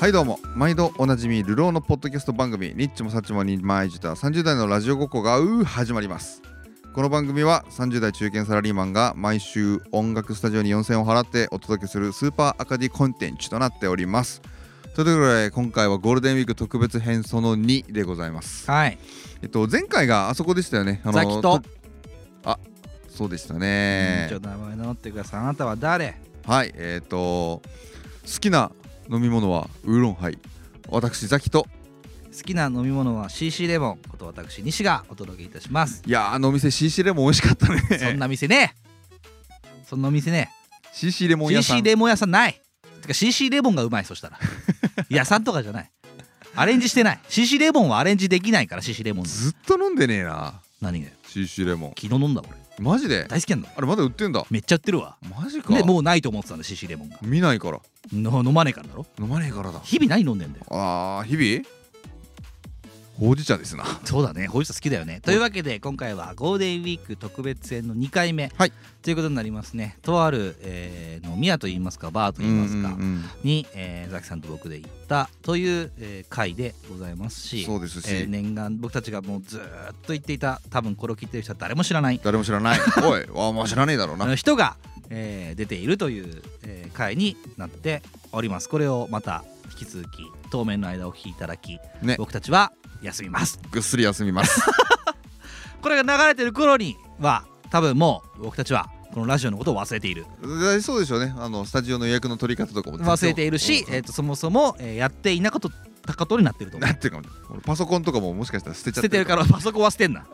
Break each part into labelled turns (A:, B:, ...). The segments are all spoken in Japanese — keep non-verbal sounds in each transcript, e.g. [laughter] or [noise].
A: はいどうも毎度おなじみ流浪のポッドキャスト番組ニッチもサッチもにまいじた30代のラジオごっこがうー始まりますこの番組は30代中堅サラリーマンが毎週音楽スタジオに4000円を払ってお届けするスーパーアカディコンテンツとなっておりますということで今回はゴールデンウィーク特別編その2でございます
B: はい。
A: えっと前回があそこでしたよねあ
B: ザキと。
A: そうでした
B: ちょ
A: ね
B: っと名前名乗ってください。あなたは誰？
A: はいえっと好きな飲み物はウーロンハイ私ザキと
B: 好きな飲み物は CC レモンこと私西がお届けいたします。
A: いやーあのお店 CC レモン美味しかったね
B: そんな店ね。そんな店ね。
A: CC レモン屋さん
B: CC レモン屋さんない。てか CC レモンがうまいそした
A: [laughs]
B: ら。屋さんとかじゃない。アレンジしてない。CC レモンはアレンジできないから CC レモンの。
A: ずっと飲んでねえな
B: 何がよ
A: CC レモン
B: 昨日飲んだ俺。
A: マジで
B: 大好きなんだ。
A: あれまだ売ってんだ
B: めっちゃ売ってるわ。
A: マジか
B: でもうないと思ってたんだ CC レモンが。
A: 見ないから
B: の飲まねえからだろ。
A: 飲まねえからだ
B: 日々何飲んでんだよ。
A: あー日々ほうじ茶ですな
B: そうだね、ほうじ茶好きだよね。というわけで、今回はゴールデンウィーク特別編の2回目、
A: はい
B: ということになりますね。とある、えー飲み屋といいますか、バーといいますか、
A: うんうん
B: に、えーザキさんと僕で行ったという、えー回でございます
A: うん
B: し、
A: そうですし、
B: えー念願、僕たちがもうずーっと言っていた、多分これを聞いてる人は誰も知らない
A: 誰も知らない
B: [laughs]
A: おいわあまあ知らねえだろう
B: あ
A: な
B: の人が、えー出ているという、えー回になっております。これをまた引き続き、当面の間お聞きいただき、
A: ね
B: 僕たちは休みます。
A: ぐっすり休みます
B: これが流れてる頃には多分もう僕たちはこのラジオのことを忘れている
A: だそうでしょうねあのスタジオの予約の取り方とかも
B: 忘れているし、
A: うん
B: えー、とそもそも、えーやっていなかったことになってると思
A: な
B: うん
A: ていうか俺パソコンとかももしかしたら捨てちゃ
B: 捨
A: ってて
B: てる
A: る
B: からパソコンは捨てんな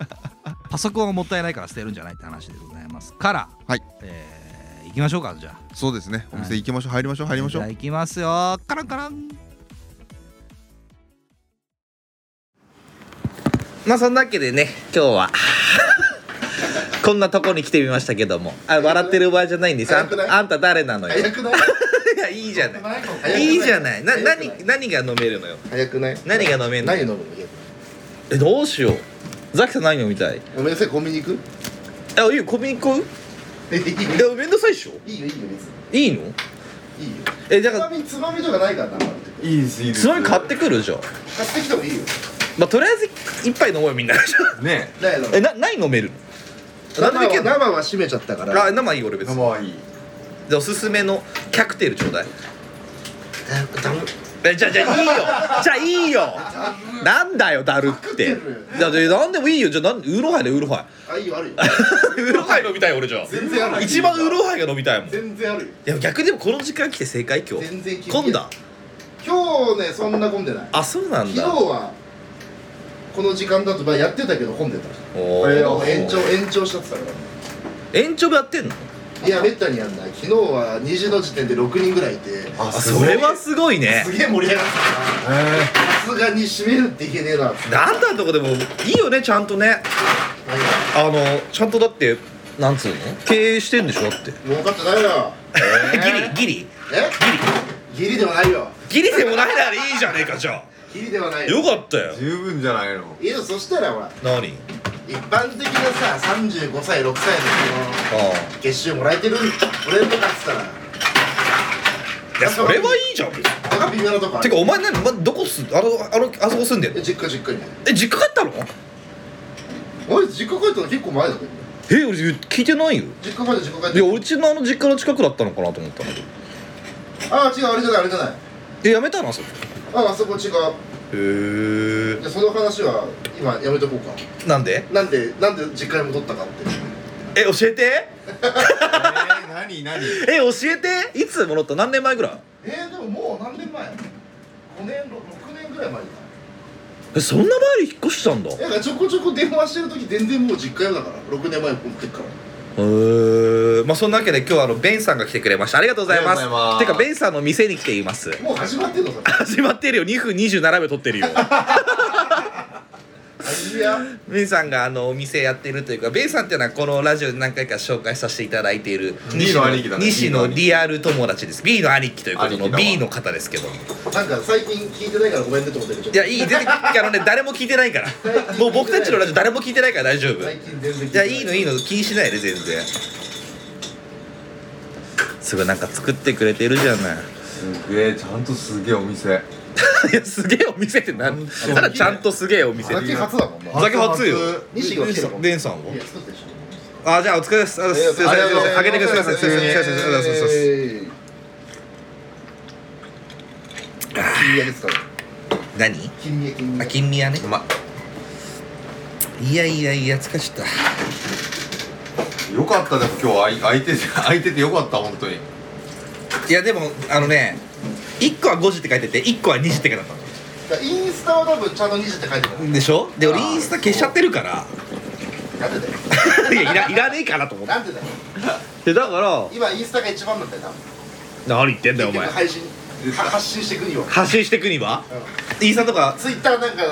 B: パソコンはもったいないから捨てるんじゃないって話でございますから、
A: はい
B: えー行きましょうかじゃあ
A: そうですねお店
B: はい
A: 行きましょう入りましょう入りましょう
B: じゃあ行きますよカランカランまあそんなわけでね今日は [laughs] こんなとこに来てみましたけどもあ笑ってる場合じゃないんですあん
C: 早くない
B: あんた誰なのよ
C: 早くない
B: いやいいじゃない
C: ない
B: いいじゃないな
C: 早くない
B: 何何が飲めるのよ
C: 早くない
B: 何が飲めんの
C: 何飲むの
B: えどうしようザキさん何飲みたい
C: ごめんなさいコンビニ行く
B: あいいよコンビニ行こう
C: いいよいい
B: いやめんどくさいでしょ
C: いいよ別に
B: いいの
C: いいよ
B: えだ
C: つま
B: か
C: みつまみとかないからな買っ
A: いいですいい
B: らつまみ買ってくるじゃん
C: てきてもいいよ
B: まあとりあえず一杯飲もうよみんな [laughs]
A: ね
C: だよ
B: えな何飲めるの
C: 生
B: 何でもいけ
C: は
B: んの
C: 生は閉めちゃったから
B: あ生いいよ俺別に
A: はいい
B: じゃあおすすめのキャクテルちょうだいえじゃあじゃあい [laughs] いよじゃあいいよなんだよだるって
C: キャクテ
B: じゃあじゃあなんでもいいよじゃあなんウーロンハイでウーロンハ
C: あいいよあるよ
B: [laughs] イウーロンハイ飲みたい俺じゃあ
C: 全然あるよ
B: 一番ウーロンハイが飲みたいもんい
C: 全然あるよ
B: や逆にでもこの時間来て正解今日
C: 全然気
B: 混んだ
C: 今日ねそんな混んでない
B: あそうな
C: 昨
B: ん
C: 日
B: だ
C: はこの時間だとまあやってたけど混んでた
B: お
C: これを
B: ー
C: 延長延長したってたから
B: 延長部やってんの
C: いやめったにやんない昨日は2時の時点で6人ぐらいいて
B: あそれはすごいね
C: すげえ盛り上がってたなさすがに閉めるっていけねえなって
B: なんだとこでもいいよねちゃんとね
C: 何が
B: あのちゃんとだってなんつうの経営してんでしょだって
C: 儲かってないよ
B: ギリギリ
C: えギリではないよ
B: ギリでもないならいいじゃねえかじゃあ
C: ギリではないよ
B: よかったよ
A: 十分じゃないの
C: いやそしたらほら
B: 何
C: 一般的なさ35歳6歳
B: あ
C: の人の月収もらえてる俺とかっつったら
B: あいやそれはいいじゃん別に
C: なんか微妙なとこあ
B: て
C: る
B: かお前何、ま、どこ住んあのあのあそこ住んでんの
C: え実家実家に
B: え実家帰ったの
C: 俺実家帰ったの結構前だけど
B: え俺聞いてないよ
C: 実家帰った実家
B: い
C: 帰
B: や
C: っ
B: うちのあの実家の近くだったのかなと思ったんだけど
C: たああ違うあれじゃないあれじゃない
B: えやめたなそれ
C: ああそこ違う
B: へ
C: でその話は今やめとこうか
B: えなんで
C: なんでなんで実家に戻ったかって
B: え教えて
A: えー、何何
B: え教えていつもらった何年前ぐらい
C: えー、でももう何年前 ?5 年6年ぐらい前だ
B: えそんな前に引っ越したんだへ
C: なんかちょこちょこ電話してる時全然もう実家よだから6年前送ってっから
B: えまあそんなわけで今日はあのベンさんが来てくれましたありがとうございます
A: ありがとうございます
B: てかベンさんの店に来ています
C: もう始まってんのそれ
B: 始まってるよ2分27秒撮ってるよ [laughs]
C: 始めや
B: ベンさんがあのお店やってるというかベンさんっていうのはこのラジオで何回か紹介させていただいている
A: B の兄貴だね
B: 西のリアル友達です B の兄貴ということ
A: 兄貴
B: の
A: だわ
B: B の方ですけど
C: なんか最近聞いてないからごめんねと思ってるけ
B: い
C: ど
B: やいい出てあのね誰も聞いてな
A: [laughs]
B: いからもう僕たちのラジオ誰も聞いてないから大丈夫
C: 最近全然聞い
B: い
C: て
B: や
C: ない
B: いいのいいの気にしないで全然すごいなんか作ってくれてるじゃない [laughs]
D: すげえちゃんとすげえお店
B: いやすげえお店ってなんただちゃんとすげえお店
C: 佐々木初だもんな
E: ふざけ初よ
C: 西が来てるもん
E: レンさんを
C: いや作ってるでしょ
E: あじゃあお疲れですありがとうございますすいませんあげてくださいすいませんすいませんすいませんありがとうございます
C: い金ですから
B: 何
C: 金利金
B: あ
C: 利
B: 金宮ね
E: うまっ
B: いやいやいや疲れちゃっ
D: よかったでも今日あい空いてて空いててよかった本当に
B: たいやでもあのね1個は5時って書いてて1個は2時って書いてあったの
C: だからインスタは多分ちゃんと2時って書いてる
B: でしょで俺
C: あー
B: インスタ消しちゃってるから [laughs]
C: なんでだよ
B: いやいらいらねえかなと思って
C: なんでだよ
B: でだから
C: 今インスタが一番なんだよ多分
B: 何言ってんだよお前
C: 結局配信は発信してくには
B: 発信してくにはインスタとか
C: ツイッターなんか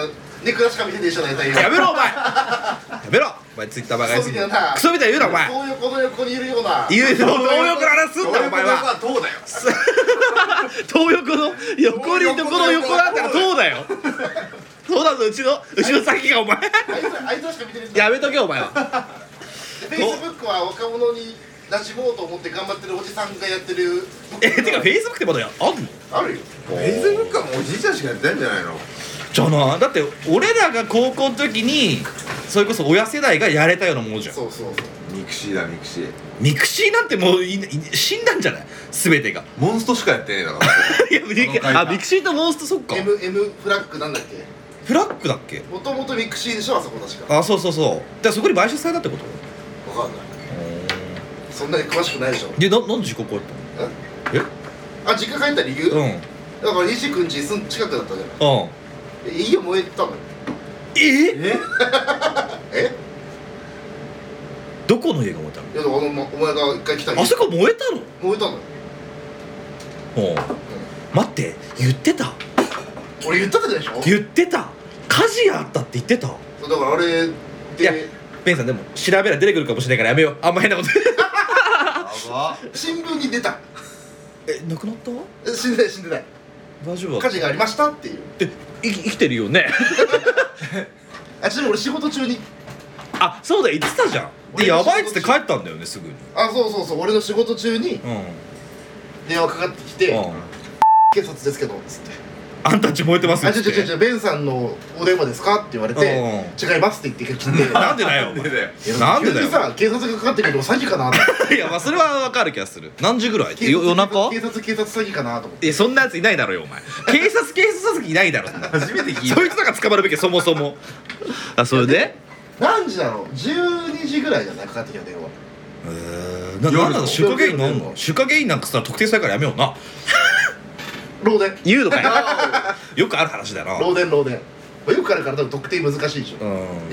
C: ネクラしか見てねえ人だよ大体
B: やめろお前やめろお前ツイッターバカやすぎ
C: クソみたいな
B: クソみたいに言うなお前
C: こういうこの横にいるような
B: 言う東横の話すんだお前は
D: どうだよ
B: [laughs] 東横の横にどこの横なんだからそうだよそうだぞうちのうちの先がお前
C: あいつらあいつらしか見てねえ
B: [laughs]
C: 人
B: やめとけお前は
C: フェイスブックは若者に馴染もうと思って頑張ってるおじさんがやってる
B: えてかフェイスブックってまだやあんの
C: あるよ
D: フェイスブックはもうおじいちゃんしかやってんじゃないの
B: じゃあなだって俺らが高校の時にそれこそ親世代がやれたようなものじゃん
C: そうそうそう
D: ミクシーだミクシー
B: ミクシーなんてもういい死んだんじゃない全てが
D: モンストしかやってねえだから
B: [laughs] いやミクあミクシーとモンストそっか
C: M, M フラッグなんだっけ
B: フラッグだっけ
C: もともとミクシーでしょあそこ確か
B: あそうそうそうじゃあそこに買収されたってこと
C: わかんないそんなに詳しくないでしょ
B: でななんで実家帰っ
C: あ実家帰った理由、
B: たのうん
C: だから西君家すん近くだったじゃ
B: うん
C: ない家燃えたのよ
B: え
D: え
C: え
B: どこの家が燃えたの
C: いやでもあのまお前が一回来た
B: あそこ燃えたの
C: 燃えたのよ
B: うん待って言ってた
C: 俺言ったでしょ
B: 言ってた火事やったって言ってた
C: そうだからあれ
B: いや
C: で
B: ベンさんでも調べら出てくるかもしれないからやめようあんま変なこと
D: やば
C: 新聞に出た
B: [laughs] え亡くなった
C: え死んでない死んでない
B: 大丈夫
C: 火事がありましたっていう
B: えい生きてるよ [laughs] ね
C: あちなみに俺仕事中に
B: あそうだ言ってたじゃんで
C: 俺の
B: やばいっつっ
C: 仕
B: て
C: 事
B: 帰ったんだよねすぐに
C: あそうそうそう俺の仕事中に
B: うん、うん、
C: 電話かかってきて「警察ですけど」つって
B: あんたんち燃えてま
C: 「
B: す
C: あ
B: っ
C: 違
B: つっ
C: う
B: て
C: 違う違うベンさんのお電話ですか?」って言われて「違います」って言って切って
B: うんなんでだよお前
C: いや
B: なんでだ
C: 急
B: よ
C: にさ警察がかかってくるの詐欺かなと思って
B: いやまあそれはわかる気がする何時ぐらいよ夜中
C: 警察警察詐欺かなと思って
B: いやそんなやついないだろよお前警察警察佐きいないだろそんな
D: 初めて聞いた
B: そいつなんか捕まるべきそもそもあそれで
C: 何時だろう12時ぐらいじゃないかかってきた電話
B: えー、な
D: 夜
B: なんなの出荷原因なん
C: 夜
B: の出荷原因なんかさ特定されるからやめような
C: 漏電
B: 言うのかよ [laughs] よくある話だなうん
C: 漏電漏電まあよくあるから多分特定難しいでしょ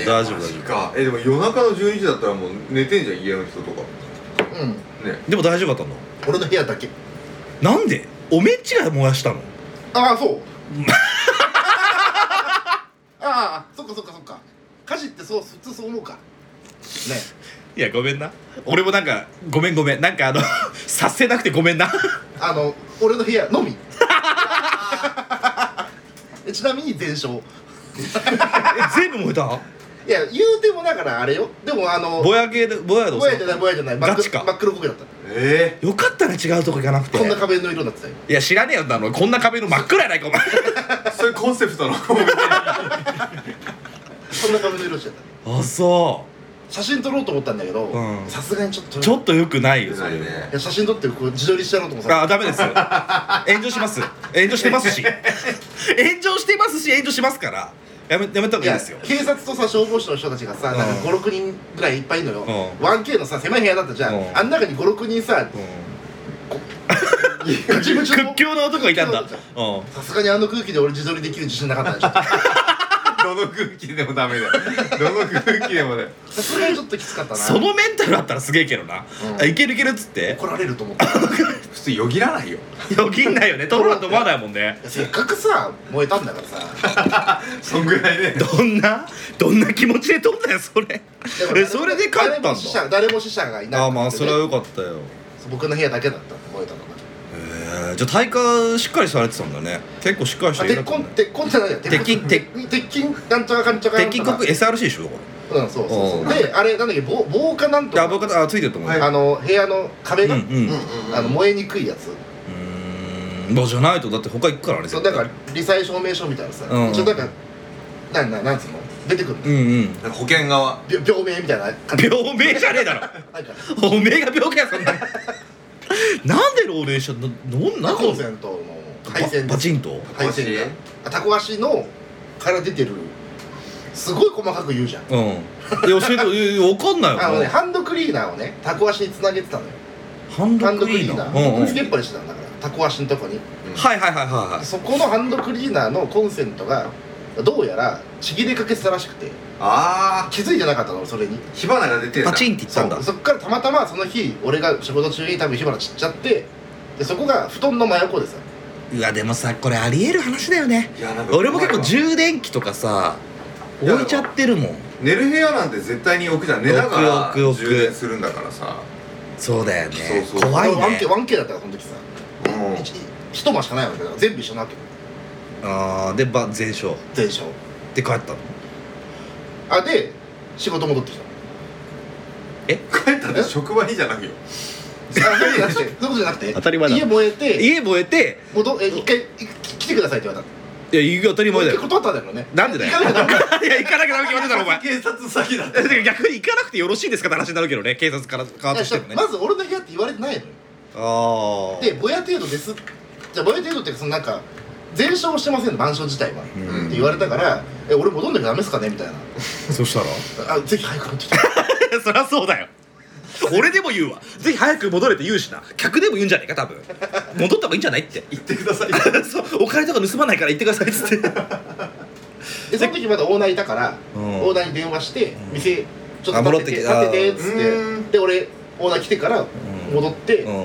B: 大丈夫大丈夫
D: かえでも夜中の12時だったらもう寝てんじゃん家の人とか
C: うん
D: ね
B: でも大丈夫だったんだ
C: 俺の部屋だけ
B: なんでおめんちが燃やしたの
C: [laughs] ああそうああそっかそっかそっか家事ってそう普通そう思うかね
B: いやごめんな俺もなんかごめんごめんなんか [laughs] あの察せなくてごめんな
C: あの俺の部
B: [laughs]
C: 屋のみちなみに全焼
B: え全部燃えた
C: いや言うてもだからあれよでもあの
B: ぼやけでぼやで
C: ぼやじゃないぼやじゃない真っ
B: ガチか
C: 黒真っ黒焦げだった
D: え
B: よかったね違うとこ行かなくて
C: こんな壁の色になってたよ
B: いや知らねえよなのこんな壁の真っ暗やないかお前
D: えそれコンセプトの
C: こんな壁の色してた
B: あそ
C: 写真撮ろうと思ったんだけど
B: うん
C: さすがにちょっと
B: う
C: 撮れ
B: ちょっとよくないよそ
D: な
B: れ
D: い
C: い
D: ね
C: や写真撮ってこう自撮りしてやろうと思ってた
B: あダメです炎上します炎上して
D: [laughs]
B: ますし炎上してますし炎上しますからやめやめた方がいいですよ
C: 警察とさ消防士の人たちがさ、なんか56人ぐらいいっぱいいるのよ、
B: う
C: 1K のさ狭い部屋だったじゃん、
B: うん
C: あん中に56人
B: う
C: さ
B: ん
C: ぐちぐちの
B: 屈強な男がいたんだう
C: 屈強な
B: うん
C: さすがにあの空気で俺自撮りできる自信なかったねちょっと
D: どの空気でもダメだよどの空気でもだよ
C: さすがにちょっときつかったな
B: そのメンタルだったらすげえけどな、
C: うん
B: あいけるいけるっつって
C: 怒られると思ったい
D: 普通よぎらないよ
B: よぎんないよね取ろうと思わないもんね
C: やせっかくさ燃えたんだからさ
D: そんぐらい [laughs] ね
B: どんなどんな気持ちで取んだよそれ
C: でも
B: えそれで帰ったんだ
C: 誰も死者誰も死者がいな
B: ああ
C: かったんでね
B: まあそれはよかったよ
C: そう僕の部屋だけだった燃えたのが
B: へえじゃあ体幹しっかりされてたんだね結構しっかりし
C: あ
B: てい
C: 鉄
B: な
C: 筋鉄筋じゃないよ
B: 鉄筋
C: 鉄筋鉄筋なんちゃらかんちゃらかん
B: 鉄
C: ち
B: 筋
C: ゃら
B: 国 SRC でしょだか
C: うんそうそうそううんであれなんだっけ防防火なんと
B: ら
C: か
B: でアボカドあついてると思うよ、
C: あの部屋の壁が、
B: うんうん
C: あの燃えにくいや
B: う
C: つ
B: ーん
E: まあじゃないとだって他行くからあれ
C: そう
E: 絶
C: なん
E: 対
C: か罹災証明書みたいなさ、
E: うん
C: ちょっとなんかなんなんなんつうの出てくる
E: うんうん
A: なんか保険側
C: び病名みたいな感じ
B: 病名じゃねえだろ [laughs]
C: なんか
B: おめえが病気やそん
C: [laughs]
B: ななんで老齢者ななんな
C: ナ
B: ん
C: コ
B: の
C: センとの配線
B: パチンと
C: 配線があタコ足のから出てるすごい細かく言うじゃん
E: うんいや教えていやいやわかんない
C: あのね
E: よ
C: ハンドクリーナーをねタコ足につなげてたのよ
E: ハン
C: ハン
E: ド
C: ド
E: ク
C: ク
E: リ
C: リ
E: ー
C: ー
E: ナ
C: ナ
E: ー
C: ー
E: うんうん
C: つけっぱにしてたんだからタコ足のとこに
E: はいはいはいはいはい
C: そこのハンドクリーナーのコンセントがどうやらちぎれかけてたらしくて
A: ああ
C: 気づいてなかったのそれに
A: 火花が出てるな
B: パチンって言ったんだ
C: そうそっからたまたまその日俺が仕事中に多分火花散っちゃってでそこが布団の真横でさ
B: うわでもさこれありえる話だよね
A: いやなんか
B: 俺も結構充電器とかさ
A: いや
B: 置いちゃってるもん
A: 寝る部屋なんて絶対に置くじゃん寝ながら
B: 置く置く置く
A: 充電するんだからさ
B: そうだよね
A: そうそう
B: 怖いね
C: 1K, 1K だったからその時さ
A: うん
C: 一一間しかないわけだから全部一緒なわけ
B: あーでば全焼
C: 全焼
B: で帰ったの
C: あで仕事戻ってきた
A: 帰ったって職場にじゃなくよ
C: あそういうことじゃなくてそういうことじゃなくて
B: 当たり前だ
C: 家燃えて
B: 家燃えて
C: 戻え一回い来てくださいって言われた
B: いや行く当たり前だよ
C: 結構断ったんだけどね
B: なんでだよ
C: 行かなきゃダメ
B: いや行かなきゃダメ決まってたろお前
A: 警察詐欺だっ
B: だから逆に行かなくてよろしいですかって話になるけどね警察から側としてもね
C: まず俺の部屋って言われてないのよ
B: ああ
C: でぼや程度ですじゃあぼや程度っていうかそのなんか全焼してませんマンション自体は、
A: ん
C: って言われたから「え俺戻んなきゃダメですかね?」みたいな
B: そしたら
C: 「あぜひ早く帰ってきて」
B: そりゃそうだよ俺でも言うわぜひ早く戻れって言うしな客でも言うんじゃないか多分戻った方がいいんじゃないって言ってください [laughs] そうお金とか盗まないから言ってくださいっつって
C: でその時まだオーナーいたから、
B: うん
C: オーナーに電話して「店ちょ
B: あ
C: っと立てて
B: 戻
C: 立
B: ってて
C: て」
B: き
C: っつっ
A: う
C: てで俺オーナー来てから戻って、
B: うん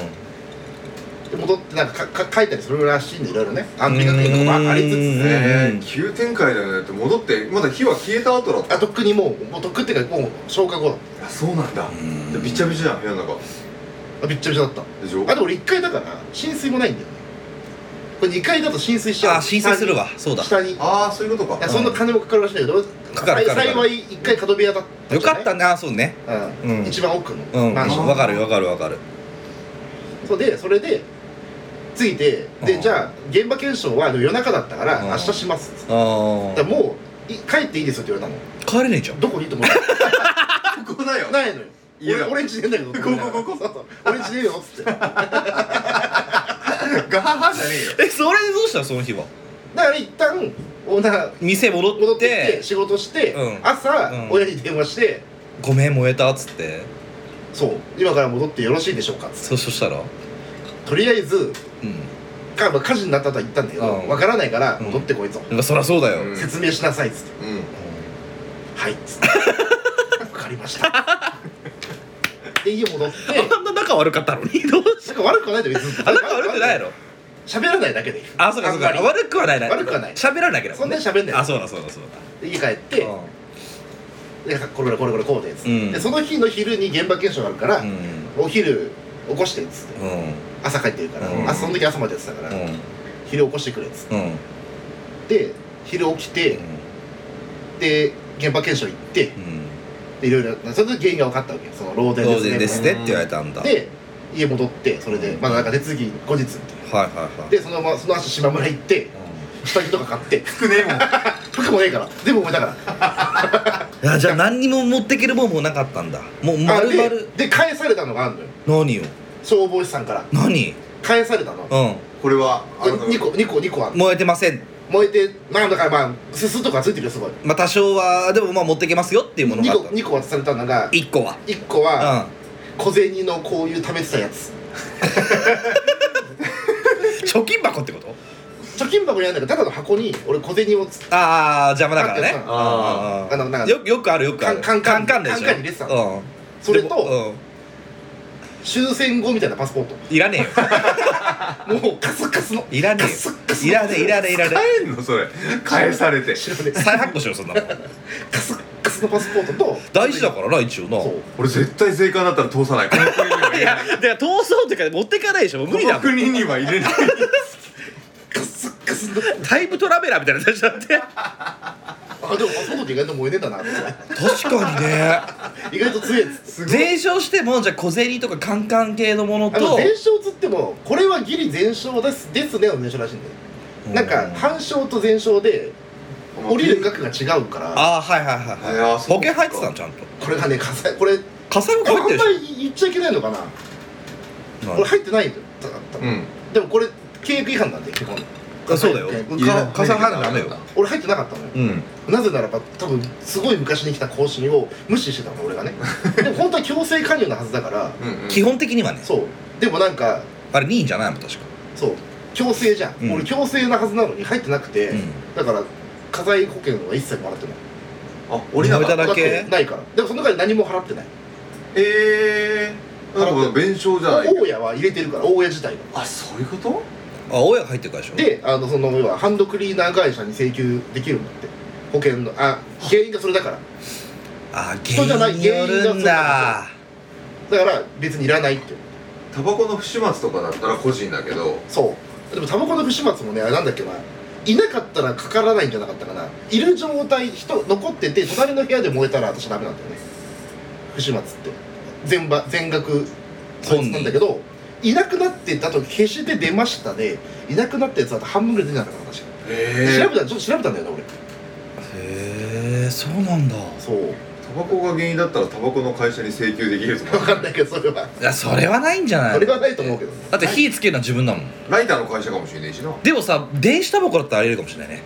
C: で戻ってなんかかか書いたりするらしいんでいろいろね安全確認とかもありつつ
B: うん
A: ねえ急展開だよねだって戻ってまだ火は消えた後だった
C: あとっくにもうもうとっくっていうかもう消化後だっ
A: あそうなんだでびちゃびちゃじゃん部屋の中
C: たあびっちゃびちゃだった
A: でしょ
C: あと俺1階だから浸水もないんだよねこれ2階だと浸水しちゃう
B: あー浸水するわそうだ
C: 下にい
A: ああそういうことか
C: やそんな金もかかるらしいんだけど
B: かかるかかる
C: 幸い1階角部屋だった
B: よ
C: じゃ
B: か
C: ない
B: ったねあそうね
C: うん
B: うん
C: 一番奥の
B: うん
C: マンション
B: わかるわかるわかる
C: そうでそれでついてで、
B: うん
C: じゃあ現場検証はでも夜中だったから、
B: うん
C: 明日しますっつって
B: あ
C: だから
B: あ
C: もうい帰っていいですよって言われたの
B: 帰れねえじゃん
C: どこにと思って
A: ここだよ
C: ないのよ
A: 家
C: 俺
A: だ
C: 俺んちねえんだけど
A: ここここ
C: そうそう俺んちねえよっつってだか
A: ガハハじゃねえよ
B: えそれでどうしたのその日は
C: ら一旦オーナー
B: 店戻って
C: 戻ってきて仕事して、
B: うん
C: 朝、
B: うん
C: 親に電話して
B: ごめん燃えたっつって
C: そう今から戻ってよろしいでしょうかっつっ
B: そ
C: て
B: そしたら
C: とりあえず
B: うん
C: か、まあ、火事になったとは言ったんだけどわ
B: うん
C: からないから
B: うん
C: 戻ってこいと、
B: まあそりゃそうだよ、
A: うん
C: 説明しなさいっつっ
A: う
C: て
A: ん
C: 「はい」っつって「わかりま
B: [laughs]
C: した」で家戻って
B: あんな仲悪かったのに [laughs] どうし
C: なんか悪くはないで別に
B: あ仲悪くないやろ
C: 喋らないだけでいい
B: あそうかそうか
C: あんまり
B: 悪くはないな
C: 悪くはない
B: 喋らなきゃだもね
C: そんなに喋んない
B: あそうだそうだそう
C: で家帰っ
B: だ
C: て「でこれこれこれこれこうで」っつって、
B: うん
C: でその日の昼に現場検証があるから、
B: うん
C: お昼起こしてっつって
B: うん
C: 朝帰ってるから、
B: うん
C: 朝その時朝までやってたから、
B: うん
C: 昼起こしてくれっつっ
B: うんうん
C: て昼起きてで現場検証行って
B: うん
C: でいろいろそれで原因が分かったわけその漏電
B: 当
C: です
B: 然
C: ね
B: ですねって言われたんだはい
C: で家戻ってそれでまだなんか手続き後日みたい
B: はいは
C: ないでそのままその足島村行って下着とか買って
A: 少ねえもん
C: [laughs] 服もねえから全部燃えたから
B: うんあじゃあ何にも持ってけるもんもなかったんだもう
C: あ
B: 丸々
C: でで返されたのがあるのよ
B: 何よ
C: 消防士さんから
B: 何
C: 返されたの
B: うん
A: これはあの
C: 2個2個2個ある
B: 燃えてません
C: 燃えてまあだからまあすすとかついてるよすごい
B: まあ多少はでもまあ持ってけますよっていうものが
C: 2
B: あ
C: 個
B: った
C: 2個渡されたのが
B: 1個は
C: 1個は
B: う
C: 小銭のこういう貯めてたやつ
B: ん貯金箱ってこと
C: 貯金箱にあるんだけどただの箱に俺小銭をつ
B: ああ邪魔だからね
C: あ
A: あ
C: あのなんか
B: よくよくあるよくある
C: カンカン
B: カンでしょ
C: カンカンに入れてた
B: うん
C: それと
B: でも
C: 終戦後みたいなパスポート
B: うんいらねえ
C: [laughs]
B: よ
C: もうカスカスの
B: いらね
C: カスカス
B: えよいらねえいらねえいらねえ
A: 帰んのそれ返されて
C: 知らねえ
B: 再発行しようそんなもん
C: カスカスのパスポートと
B: 大事だからな一応な
C: そう
A: 俺絶対税関だったら通さないこの国には入れない
B: だから逃走っていうか持ってかないでしょ無理だ
A: こ
B: も
A: の
B: ん
A: 国には入れない
C: カスカスの
B: タイムトラベラーみたいな感じだって
C: あでもその時意外と燃えてたなと思って
B: 確かにね
C: 意外と強いやつ
B: 全焼してもじゃあ小銭とかカンカン系のもの
C: あの
B: と
C: 全勝つってもこれはギリ全勝ですですねの全勝らしいんだよなんか半勝と全勝で降りる額が違うから
B: ああはいはいはいはい
A: ああそう
B: 保険入ってたのちゃんと
C: これがね火災これ
B: 火災も
C: あん
B: 入ってる
C: ま
B: でし
C: り言っちゃいけないのかな
B: ょ
C: これ入ってないんだよだから
A: うん
C: でもこれ契約違反なんで基本
B: あそうだよ
C: 火災
A: 言えない
B: か火災入るのダメよ
C: 俺入ってなかったのよ
B: うん
C: なぜならば多分すごい昔に来た更新を無視してたの
B: [laughs]
C: 俺がねでも本当は強制加入のはずだから
A: うんうん
B: 基本的にはね
C: そうでもなんか
B: あれ2位じゃないもん確か
C: そう強制じゃん、
B: うん
C: 俺強制なはずなのに入ってなくて、
B: うん
C: だから火災保険は一切もらってない
A: あ降りなかっ
B: だ
A: た
B: らけ
C: ってないからでもその中で何も払ってない
A: ええなんか弁償じゃない
C: 大家は入れてるから大家自体が
A: あそういうこと
B: あ大家が入ってるからでしょ
C: であのその要はハンドクリーナー会社に請求できるんだって保険のあ原因がそれだから
B: あー
C: 人じゃな
B: 原
C: い
B: 因によるんだ
C: だから別にいらないって
A: タバコの不始末とかだったら個人だけど
C: そうでもタバコの不始末もねあれなんだっけないなかったらかからないんじゃなかったかないる状態人残ってて隣の部屋で燃えたら私ダメなんだよね不始末って全場全額損なんだけどいなくなってだと消して出ましたでいなくなったやつだと半分ぐらい出なかった私調べ
A: ええ
C: たちょっと調べたんだよね俺
B: へえそうなんだ
C: そう
A: タバコが原因だったらタバコの会社に請求できると
C: 分
A: か
C: かんないけどそれはい
B: やそれはないんじゃない
C: それはないと思うけど
B: だって火つけるのは自分だもん
A: ライターの会社かもしれないしな
B: でもさ電子タバコだったらありえるかもしれないね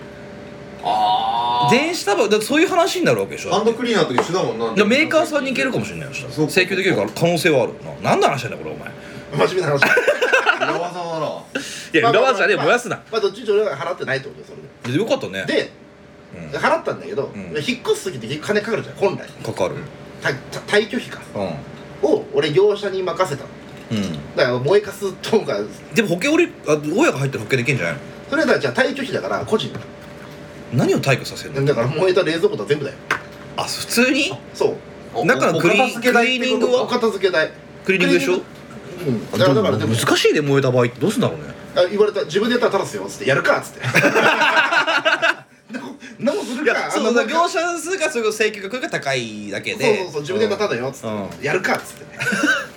A: あ
B: 電子タバコだってそういう話になるわけでしょ
A: ハンドクリーナーと一緒だもんな
B: でメーカーさんに行けるかもしれないよ
A: そう
B: 請求できるから可能性はあるな何の話なんだこれお前
C: 真面目な話
A: 裏技だない
C: ま
B: や
C: あ
B: 裏技で
C: まあ
B: 燃やすな
C: まあどっちにしろ俺は払ってないってことでそれ
B: いやよかったね
C: で
B: うん
C: で払ったんだけど、
B: ん
C: 引っ越す時って金かかるじゃん本来
B: かかる
C: たた退去費か
B: うん
C: を俺業者に任せたの
B: うん
C: だから燃えかすとか
B: でも保険俺あ大家が入ってる保険できるんじゃないの
C: それはだからじゃあ退去費だから個人
B: 何を退去させるの
C: だから燃えた冷蔵庫とか全部だよ
B: あ普通に
C: そう
B: [laughs]
A: お
B: だから
A: お
B: クリ
A: お片付け
B: ク
A: 代
B: リー
A: って
B: ニン
A: こと
B: グ
C: お
B: は
C: 片付け代
B: クリーニングでしょ
C: うんだからだからでも
B: 難しいで燃えた場合ってどうすんだろうね
C: あ言われた自分でやったらただっすよっつってやるか
B: [laughs]
C: っつってなもする
B: い
C: か
B: や
C: あ
B: そ
C: んな
B: う
C: も
B: そ
C: ん
B: う
C: か
B: 業者数がすごい請求額が高いだけ
C: そう
B: で
C: そうそう自分でやったらただよっつって、
B: う
C: やるかっつって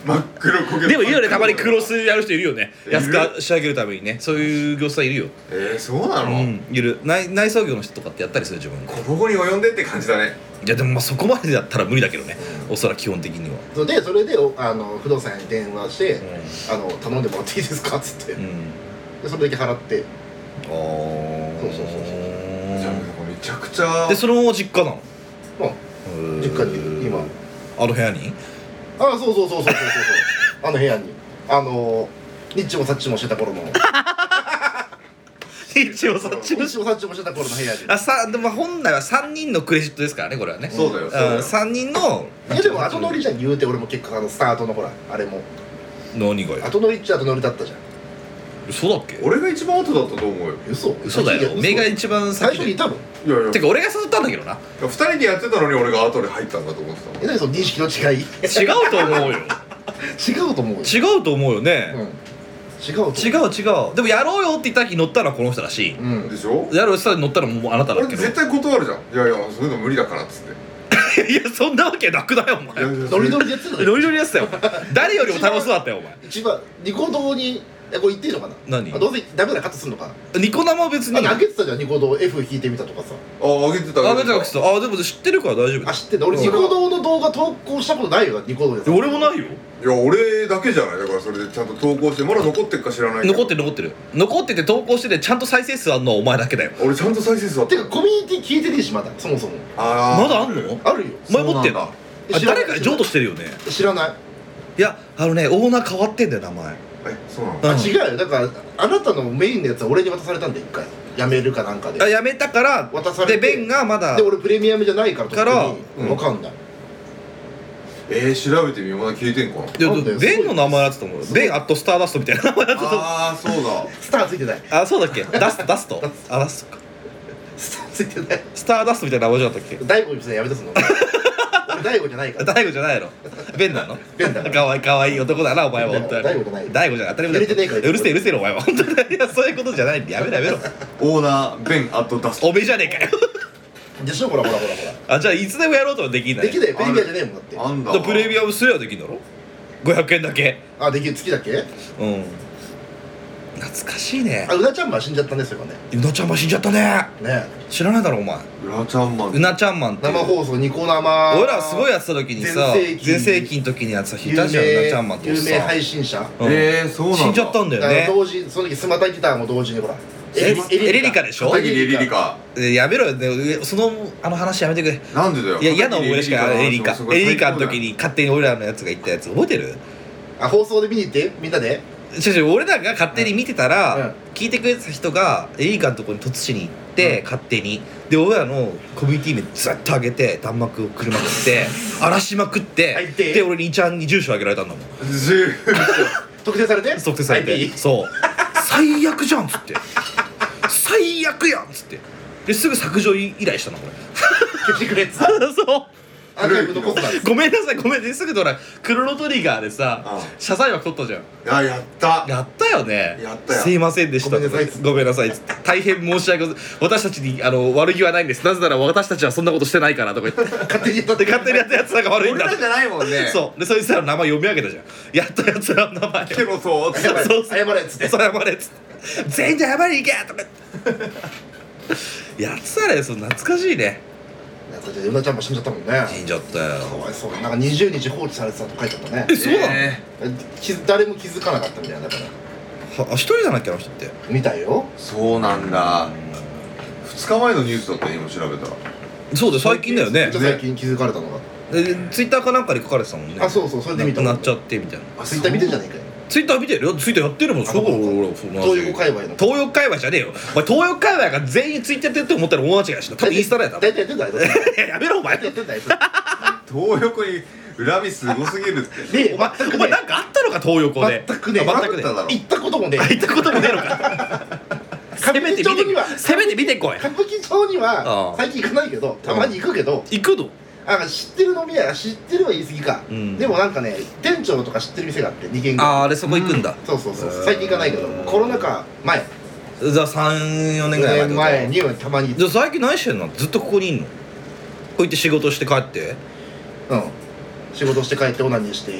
A: 真っ黒焦げ
B: でもいるよねたまにクロスやる人いるよね
A: いる
B: 安く仕上げるためにねそういう業者さんいるよ
A: えー、そうなの、
B: うんいる内内装業の人とかってやったりする自分で
A: この後に及んでって感じだね
B: いやでもまあそこまでだったら無理だけどねおそらく基本的には
C: そうでそれでおあの不動産屋に電話して、
B: う
C: あの頼んでもらっていいですかっつって、
B: んうん
C: でそれだけ払って
B: ああ
C: そうそうそう
A: じゃあめちゃくちゃ
B: でそのまま実家なの
C: まあ実家に今
B: あの部屋に
C: あそうそうそうそうそうそうあの部屋にあのニッチもサッチもして
B: [laughs]
C: た頃のニッ
B: [laughs] 一応そっちの
C: チもサッチもしてた頃の部屋に
B: あさでも本来は3人のクレジットですからねこれはね
A: そうだよそうだよ
B: 3人の
C: いやでも後乗りじゃん言うて俺も結構あのスタートのほらあれも
B: 何がよ
C: 後乗りっちゃ後乗りだったじゃん
B: 嘘だっけ
A: 俺が一番後だったと思うよ
C: 嘘
B: 嘘だよ
C: 嘘
B: 目が一番
C: 最
B: 先
C: 初に
B: で
C: いたもん
A: いやいや
B: てか俺が誘ったんだけどな
A: 二人でやってたのに俺が後で入ったんだと思ってたもん
C: え何その認識の違い
B: 違うと思うよ
C: 違うと思うよ
B: 違うと思うよ
C: うん
B: ね、
C: 違うと思う
B: 違う違うでもやろうよって言った時に乗ったのはこの人だし
C: うん
A: でしょ
B: やろうって言ったら乗ったのもうあなただ
A: 俺
B: けど
A: 絶対断るじゃんいやいやそういうの無理だからっつって
B: いやそんなわけなくないお前
C: ノリノリで
B: [laughs]
C: やってたのよ
B: ノリノリやつだよお前誰よりも楽しそうだったよお前
C: 一番ニコ動にえこれ言っていいのかな
B: 何
C: あどうせダメなカットすんのか
B: ニコ生は別に
C: あ
B: あ
C: 開けてたじゃんニコ動 F 弾いてみたとかさ
A: ああげてた
B: ああでも知ってるから大丈夫
C: あ知ってんだ俺ニコ動の動画投稿したことないよニコ動でさ
B: 俺もない
A: い
B: よ
A: や俺だけじゃないだからそれでちゃんと投稿してまだ残ってるか知らないけど
B: 残ってる残ってる残ってて投稿しててちゃんと再生数あんのはお前だけだよ
A: 俺ちゃんと再生数あった
C: てかコミュニティ聞いてねえしまだそもそも
A: あー
B: まだあんの
C: あるよ
B: お前持ってん
A: そう
B: の
A: なんだ
B: あ
C: 知らない
B: 誰かに譲渡してるよね
C: 知らない、
B: いやあのねオーナー変わってんだよ名前
A: えそうなの
C: あ
B: うん
C: 違うよだからあなたのメインのやつは俺に渡されたんで一回やめるかなんかで
B: あやめたから
C: 渡されて
B: でベンがまだ
C: で俺プレミアムじゃないから
B: から
C: 特に
A: うん
C: わかんない、
A: えー、調べてみようまだ消えてんかな
B: で
C: なんだよ
B: ベンの名前だったと思う
C: すごい
B: ベンアットスターダストみたいな名前だったと思う
A: ああそうだ
C: スターついてない
B: [laughs] あそうだっけダストダストあダストか
C: スターついてない
B: スターダストみたいな名前じゃなかったっけ
C: 大悟にしてやめたすんの俺大悟じゃないから
B: [laughs] 大悟じゃないのベンなの
C: ベンだから
B: かわいいかわいい男だなお前は本当に
C: 大悟じゃない
B: 大悟じゃない当たり前だ
C: 入れてねえから
B: うるせえうるせえのお前は本当にいやそういうことじゃないんでやめろやめろ
A: オーナーベンアットダスト
B: おめえじゃねえかよ
C: でしょほらほらほらほら
B: あじゃあいつでもやろうとはできない
C: できねえプレミアじゃねえもんだって
A: あんだ
B: だからプレミアムすればできるんだろ500円だけ
C: あできる月だっけ
B: うん懐かしいね
C: あうなちゃんマン死んじゃったねそういえばね
B: うなちゃんマン死んじゃったね
C: ね
B: 知らないだろお前
A: ラちゃんマン
B: うなちゃんマンって
C: 生放送ニコ生
B: 俺らすごいやってた時にさ
C: 全盛期
B: 全盛期の時にやってた人い
C: 有名
B: たじゃんうなちゃんマンと
C: 有名
B: さ
C: 配信者
B: うん
A: えー、そうなんだ
B: 死んじゃったんだ
C: だか
B: よね
C: ら同時その時スマタギターも同時にほら
B: エリエリリカでしょ
A: 片桐リリカ
B: えやめろよねうそのあの話やめてくれ
A: なんでだよ
B: いや嫌な思い出しかないエリリカエリリカの
A: 時
B: 時に勝手に俺らのやつが言ったやつ覚えてる
C: あ放送で見に行ってみんなで
B: 違う違う俺らが勝手に見てたら、
C: うん
B: 聞いてくれてた人がエリカのところに突しに行って、勝手にで俺らのコミュニティ名ずっと上げて弾幕をくるまく [laughs] って荒らしまくって
C: 入って
B: で俺にいちゃんに住所あげられたんだもん
C: 特定されて
B: 測定されて、
C: IP
B: そう最悪じゃんっつって最悪やんっつってですぐ削除依頼したのこ
C: 消してくれさ
B: れ [laughs] そう
C: アーカイブ残すなっつって
B: ごめんなさいごめんねすぐとほらクロノトリガーでさ
A: ああ
B: 謝罪枠取ったじゃん
A: [laughs] あやった
B: やったよね
A: やったよ
B: すいませんでした
C: ごめんなさいっつって
B: ごめんなさいっつって大変申し訳ござい私たちにあの悪気はないんですなぜなら私たちはそんなことしてないからとか言って
C: 勝手にやったって
B: 勝手にやったやつらが悪いんだ
A: じゃないもんね
B: [laughs] そうでそいつらの名前読み上げたじゃんやったやつらの名前
A: ケロそう
C: 謝れ
B: そう
C: 謝れっつって
B: それ謝れっつって全員で謝れ行けとか言ってやってたねその懐かしいね
C: なんかじゃあうなちゃんも死んじゃったもんね
B: 死んじゃったよ
C: かわいそうなんか20日放置されてたと書いてあったね
B: えそうなの、
A: え
C: 気づ誰も気づかなかったみたいなだから
B: はあ一人じゃなきゃあの人って
C: 見たよ
A: ーそうなんだ2日前のニュースだったね今調べたら
B: そうだよ最近だよね
C: めっちゃ最近気づかれたのが
B: でツイッターかなんかに書かれてたもんね
C: あそうそうそれで見た
B: なくなっちゃってみたいな
A: あ
C: ツイッター見てんじゃねえかよ
B: ツイッター見てるよツイッターやってるもんすごい俺俺そう
C: 東洋界隈の
B: 東洋界隈じゃねえよお前東洋界隈が全員ツイッターやってるって思ったら大間違いしな多分インスタだよ多分
C: 大体やってんだよ大体
B: いややめろお前
C: やってんだよ大体
A: 東横に恨みすごすぎる
B: [laughs]
A: って [laughs]
C: ねえ
B: お前
C: 全く
B: お
C: ね
B: 前なんかあったのか東洋校で
C: 全くね
B: あ全くね
A: あっただろ
C: 行ったこともね
B: 行ったこともねえのかせめて見て
C: には
B: せめて見てこい
C: 歌舞伎町に
B: あ
C: は
B: あ
C: 最近行かないけどたまに行くけど
B: 行くの
C: あ知ってる飲み屋知ってるは言い過ぎか
B: うん
C: でもなんかね店長とか知ってる店があって2軒ぐらい
B: あーあれそこ行くんだ、
C: そうそうそう
B: へえ
C: 最近行かないけどコロナ禍前
B: じゃあ34年ぐらい
C: 4年前
B: 前って
C: にはたまに行
B: こ
C: っ
B: とじゃあ最近何してんのずっとここにいんのこう行って仕事して帰って
C: うん仕事して帰ってオナニ
B: [laughs]
C: ーして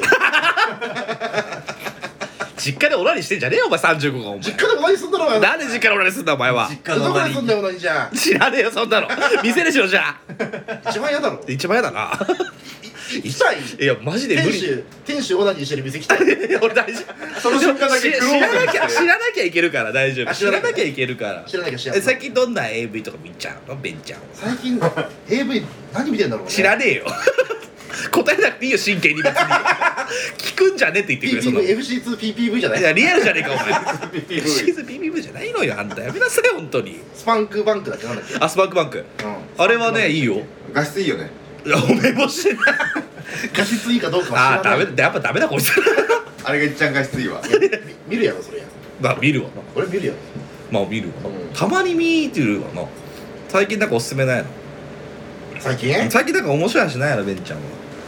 B: 実家でオナニーしてんじゃねえよお前35がお前
C: 実家でオナニーすんだろお前
B: なんで実家でオナニーすんだお前は
A: 家
C: どこでそんなオナニーじゃん
B: 知らねえよそん [laughs] なの店でしろじゃあ
C: 一番嫌だろ
B: 一番嫌だな
C: 行きたい
B: いやマジで無
C: 店
B: 理
C: 主店主オナニーしてる店来たい
B: いや [laughs] 俺大丈夫
A: その瞬間だけ
B: し
A: クローズ
B: 知らなきゃ知らなきゃいけるから大丈夫
C: あ
B: 知
C: 知ら
B: ら
C: な
B: なきゃいけるから
C: 知らなきゃ知らな
B: え
C: い
B: 最近どんな AV とか見ちゃうのベンちゃん [laughs]
C: 最近 AV 何見てんだろうね
B: 知らねえよ [laughs] 答えなくていいよ真剣に別に聞くんじゃねえって言ってくれそんなの
C: PPV
B: い
C: FC2PPV じゃない
B: やリアルじゃねえかお前シーズン BBV じゃないのよあんたやめなさい本当に
C: スパンクバンクだっけなんだっけ
B: あスパークバンク
C: うん
B: あれはねいいよ
A: 画質いいよね
B: いやおめぼしてない
C: 画質いいかどうか
B: あー
C: は知ら
B: ダ
C: な
B: メ
C: い
B: だやっぱダメだこいつ
A: あれが一ちゃん画質いいわ
C: いやみ見るやろそれや
B: まあ見るわな
C: 俺見るよ
B: まあ見るわな、
C: うん
B: たまに見てるわな最近なんかおすすめないの
C: 最近
B: 最近なんか面白い話ないのベンちゃんは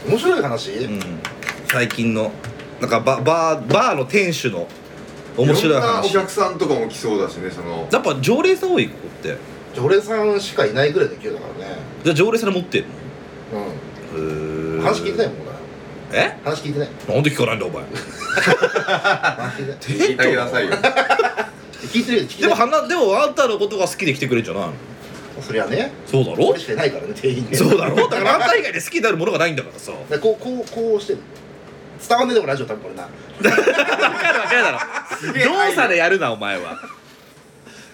C: 面白い話
B: うん最近のなんかババーバーの店主の面白い
A: ろんなお
B: 話や
A: 客さんとかも来そうだしねその
B: っぱ常連さん多いここって
C: 常連さんしかいないぐらいの勢いだからね
B: じゃあ常連さん持ってる
C: うん
B: の
C: 話聞いてない
B: い
C: もんな
B: え
C: 話聞いてない
B: なんで聞かないんだお前
C: 話聞いてない
A: 言ってあげなさいよ
C: 聞いてるよ聞
B: で
C: いて
B: も
C: ない
B: 花でもあんたのことが好きで来てくれるんじゃないの
C: そりゃね
B: そうだろ
C: 俺しかいないからね店員ね
B: そうだろだからあんた以外で好きになるものがないんだからさ
C: で [laughs] こうこうこうしてる伝わんねえでもラジオ多分これな
B: 分かる分かるだろ
A: げえ
B: [laughs] 動作でやるなお前は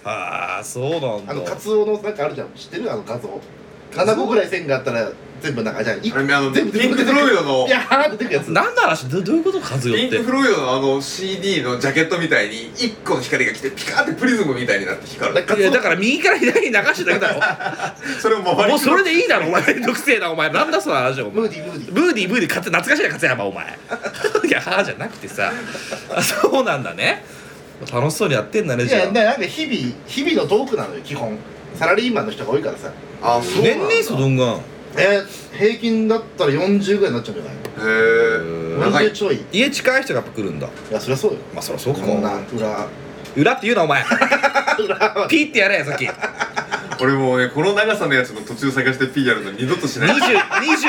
B: ああそうなんだ
C: あのカツオのなんかあるじゃん知ってるあのカツオ7個ぐらい線があったら全部なんかじゃあい
A: あれあのピ
C: 全
A: ン
C: 部
A: ク・フロイドの
C: いやーって出てくやつ
B: 何の話どどういうことカズヨ
A: ピ
B: っ
A: ンク・
B: て
A: フロイドのあの CD のジャケットみたいに1個の光が来てピカーってプリズムみたいになって光る
C: カ
B: い
C: ツ
B: や
C: オ
B: だから右から左に流し
A: [laughs]
B: てるだけだ
A: それを
B: ろ
A: 周り
B: もうそれでいいだろお前めんどくせえなお前なんだその話お
C: ム
B: 前
C: ーディームーディー
B: ブーディーブーディー勝手懐かしいな勝山お前 [laughs] いや母じゃなくてさあそうなんだね楽しそうにやってんだね
C: い
B: じゃ
C: や
B: あ
C: ななんか日々日々のトークなのよ基本サラリーマンの人が多いからさ
A: あそうな
B: 年
A: んだ
B: 齢層どんぐらい
C: えー、平均だったら40ぐらいになっちゃうんじゃない
A: へー長
C: 40
A: い
C: ちょいい
B: 家近い人がやっぱ来るんだ
C: やそりゃそうよ
B: まあそりゃそうか
C: こんな裏
B: 裏って言うなお前
C: 裏は
B: ピーってやれさっき
A: 俺もうねこの長さのやつの途中探して P やるの二度としない
B: 20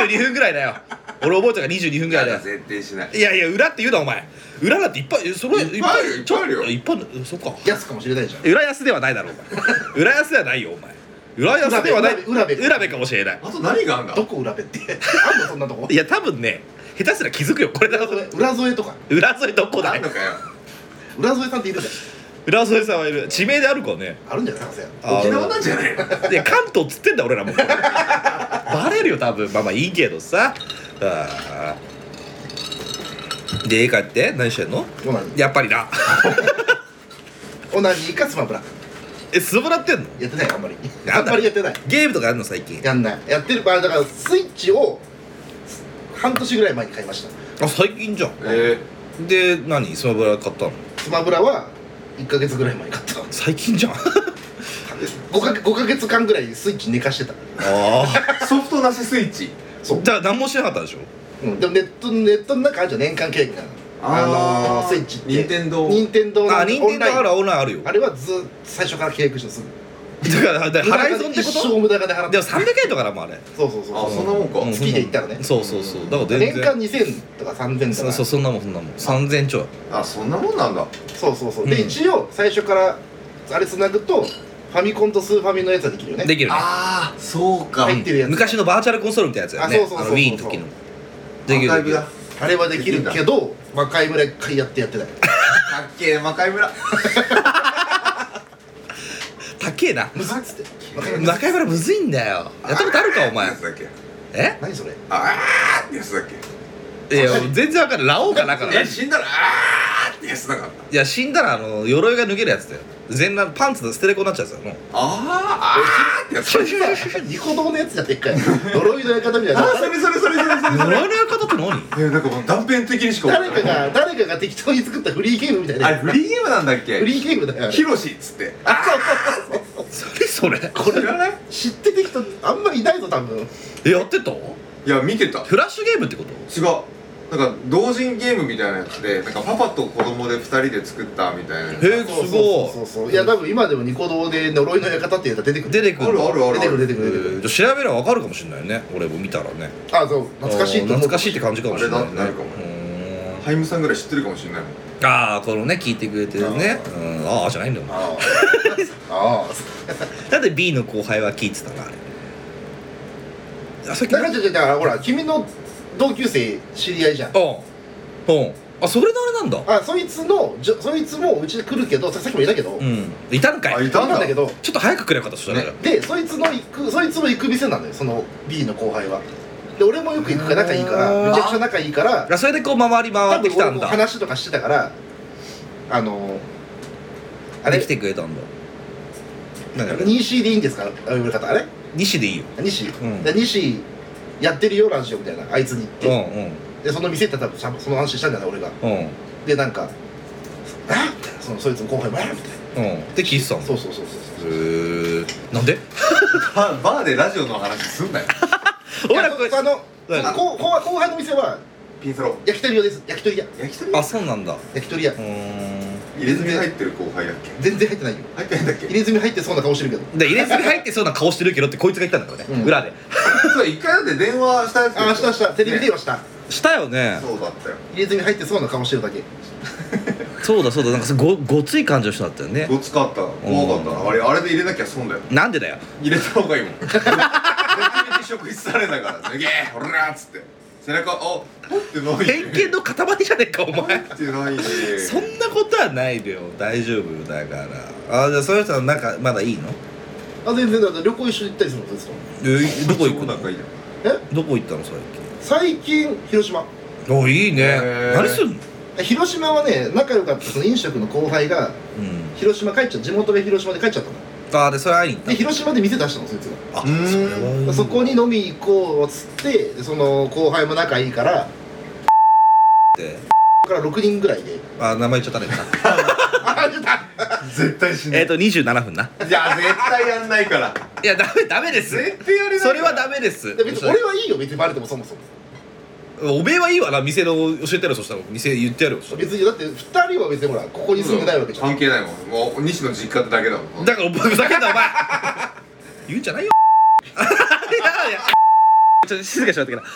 B: 22分ぐらいだよ俺覚えたから22分ぐらいだよ
A: 絶対しない
B: いやいや裏って言うなお前裏だっていっぱいそれ
A: いっぱいあるよいっぱいあるよ
B: いっぱいうんそっか
C: やつかもしれないじゃん
B: 浦安ではないだろうお前浦安ではないよお前浦安ではない
C: 浦部浦部
B: 浦部かもしれない
A: あと何があんだ
C: どこ裏べってあんのそんなとこ
B: いや多分ね下手すら気づくよこれだと
C: 裏添えとか
B: 浦添どこ
A: あ
B: だ
A: ん
B: よ
A: のかよ
C: 裏添えさんっているじ
B: 浦添さんはいる地名であるかね
C: ゃんあるんじゃないかせや
B: あ
A: 沖縄なんじゃないの
B: いや関東っつってんだ俺らもうバレるよ多分まあまあいいけどさあーで家帰って何してんの
C: オナニ
B: やっぱりな
C: ーオナニーかスマブラ
B: えスマブラってんの
C: やってないあんまり
B: やだ
C: あんまりやってない
B: ゲームとかやんの最近
C: やんないやってる場合だからスイッチを半年ぐらい前に買いました
B: あ最近じゃ
A: え
B: んで何スマブラ買ったの
C: スマブラは1ヶ月ぐらい前に買った
B: 最近じゃんあ
C: 5か5ヶ月間ぐらいスイッチ寝かしてた
B: [laughs] あ
A: ーソフトなしスイッチ
C: そう、
B: じゃあ何もしてなかったでしょ
C: うん、でもネットネットの中あるじゃん年間契約なのあのースイッチって
A: 任天堂
C: 任天堂の
B: あ任天堂あ
C: オンライン
B: るオンラインあるよ
C: あれはずっと最初から契約してすぐ
B: だからだから払い損ってこ
C: 一生無駄金払っ
B: とで
C: て
B: も300円とかだもんあれ
C: そうそうそう
A: あそんなもんか
B: うん
C: 月で言ったらね
B: そうそうそうだから全
C: 年間
B: 然
C: 2000とか3000と
B: そ
C: か
B: うそうそんなもんそんなもん3000ちょい
A: あそんなもんなんだ
C: そうそうそう
B: うん
C: で一応最初からあれつなぐとファミコンとスーファミのやつはできるよね
B: できるね
A: ああそうか
C: 入ってるやつ
B: 昔のバーチャルコンソールみたいなやつだよね
C: あそうそうそうそう
B: の Wii の時の
A: ア
B: でき
A: ーカイブ
B: るできる
A: だか
C: あれはできるけど魔界村一回やってやってない
A: っけえ魔界村
B: 高えな
C: むずっつって魔界村
B: 中山むずいんだよやったことあるかお前
A: やつだっけ
B: え
C: 何それ
A: あーってやつだっけ
B: いや全然わかんないラオウかなから
A: え死んだらあーってやつなかった
B: いや死んだらあの鎧が脱げるやつだよ全裸パンツの捨てれ子になっちゃうやつだよ
A: あーあーってやつ
B: それ
A: あ
C: ニコ動のやつやってっかよ呪いの館みたいな
A: ーそれそれそれそれそれそれ
B: 鎧の館って何
A: えなんかもう断片的にしか
C: 誰
A: 覚えて
C: か
A: ない
C: が誰かが適当に作ったフリーゲームみたい
A: あれ
C: な
A: フリーゲームなんだっ
C: フ
A: け
C: リーゲームだよあれ
A: ヒロシっつってあ
B: それそれ
C: こ
A: 知
C: れ
A: らない
C: 知ってて人あんまりいないぞ多分
B: えやってた
A: いや見てた
B: フラッシュゲームってこと
A: 違うなんか同人ゲームみたいなやつでなんかパパと子供で2人で作ったみたいなやつ
B: へえす
C: そう
B: ご
C: そうそういや多分今でもニコ動で呪いの館ってやったら出てく
B: い出
C: る
B: てく
A: あ
B: る
A: るあるあ
C: 出てくる
A: る
C: 出てくる出てくる
B: えーじゃあ調べればわかるかもしれないね俺も見たらね
C: あそう懐かしいと思う
B: 懐かしいって感じかもしれないね
A: あれななるかも
B: うん
A: ハイムさんぐらい知ってるかもしれないもん
B: ああこのね聞いてくれてるねうんああじゃないんだよお前
C: ああああ
B: なんで B の後輩は聞いてたのあれあさっき
C: だからじゃじゃだからほら君の同級生知り合いじゃん
B: うんうんあそれのあれなんだ
C: あそいつのじょそいつもうちに来るけどささっきもいたけど、
B: うんいたんか
A: あ
B: い
A: い
B: ち
A: た
C: なんん
A: だ
C: だけど
B: ょっと早く来ればよかったそしたら、
A: ね
C: でそいつの行くそいつも行く店なのよその B の後輩はで俺もよく行くから仲いいからめちゃくちゃ仲いいから
B: あそれでこう回り回
C: 多
B: って
C: 分
B: きた
C: 俺
B: ん
C: も
B: だ
C: 話とかしてたからあのあ
B: で
C: れ
B: 来てくれたんだなんだあれ
C: 西でいいんですかあ呼び方あれ
B: 西でいいよ
C: 西、
B: ん
C: で西やってるよラジオみたいなあいつに
B: うん
C: 言って、でその店行ったら多分その話したんじゃない俺が
B: うんうん
C: でなんか「あみたいなそのそいつの後輩も「あみたいな
B: うんで聞いてたんだ
C: そ
B: へ
C: うそうそうそうそう
B: えなんで
A: バーバーでラジオの話すんなよ
B: 俺らこ
C: いやあの
B: 何
C: あ後後後輩の店は
A: ピンサロ
C: 焼き鳥屋です焼き鳥屋
A: 焼き鳥
B: あそうなんだう
C: 焼き鳥屋
B: ーん
A: 入れ墨入ってる後輩だっけ
C: 全然入ってないよ
A: 入ってないんだっけ
C: 入れ墨入ってそうな顔してるけど
B: で入れ墨入ってそうな顔してるけどってこいつが言ったんだからね、
C: うん
B: 裏で
A: そう一回だって電話したやつでしょ
C: あ明日明日テレビ電話した、
B: したよね
A: そうだったよ
C: 入れ墨入ってそうな顔してるだけ
B: そうだそうだなんかすごごつい感じの人だったよね
A: ごつかった怖かったなあれあれで入れなきゃ損だよ
B: なんでだよ
A: 入れた方がいいも [laughs] ん絶対に食されながら「脱げーほら!」っつって背中を「おっ!」って伸びて
B: 偏見の塊じゃねえかお前
A: ってないで
B: そんなことはないでよ大丈夫よだからあじゃあその人はなんかまだいいの
C: あ全然だって旅行一緒に行ったりするのです
B: えどこ行くの
A: 仲いいじゃん
B: どこ行ったの最
C: 最近広島
B: 近おいいね
A: へー
B: 何すんの
C: 広島はね仲良かったその飲食の後輩が
B: うん
C: 広島帰っちゃう地元で広島で帰っちゃったの
B: あでそれ会いに行
C: で
B: っ
C: 広島で店出したのそいつが
B: たあ
A: うーん
B: はいいな
C: そこに飲み行こうっつってでその後輩も仲いいから
B: って
C: から6人ぐらいで
B: あ名前言っちゃったね [laughs]
C: あちょっと
A: 絶対し
B: えっと27分ない
A: や絶対やんないから
B: いやダメダメです
A: 絶対やれない
B: それはダメです
C: で別に俺はいいよ別にバレてもそもそも
B: おめえはいいわな店の教えてやるよそしたら店言ってやるよそしたら
C: 別にだって2人は別にほらここに住んでないわけじゃ
A: [laughs]
C: ん
A: 関係ないもんもう西の実家ってだけだもん
B: だからお前ふざけんなお前 [laughs] 言うんじゃないよいやいやちょっと静かにしまってから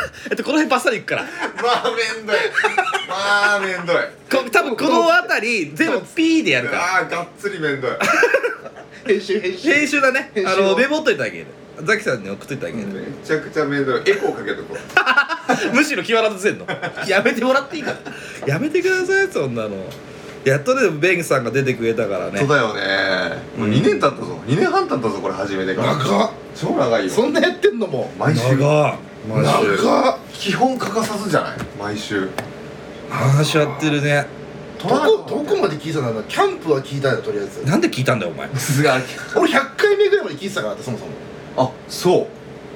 B: [laughs] えっとこの辺バッサリいくから
A: まあめんどいまあめんどい
B: こ多分この辺り全部ピーでやるから
A: ああがっつりめんどい
C: 編集編集
B: 編集だね
C: 編集
B: あ
C: を
B: のメモっといてあげるザキさんに送っといてあげる、
A: めちゃくちゃめんどいエコーかけとこう
B: [laughs] むしろ際立たせんのやめてもらっていいかやめてくださいそんなのやっとねでもベンさんが出てくれたからね
A: そうだよねもう2年経ったぞ2年半経ったぞこれ始めてから
C: 長っ
A: 超長いよ
C: そんなやってんのも
A: 毎週
B: 長いマジで
C: 長っ
A: 基本欠かさずじゃない毎週
B: 話やってるね
C: ど
A: ど
C: こどこまで聞いてたんだキャンプは聞いたよとりあえず
B: なんで聞いたんだよお前
A: すが
C: 俺100回目ぐらいまで聞いてたからってそもそも
A: あそ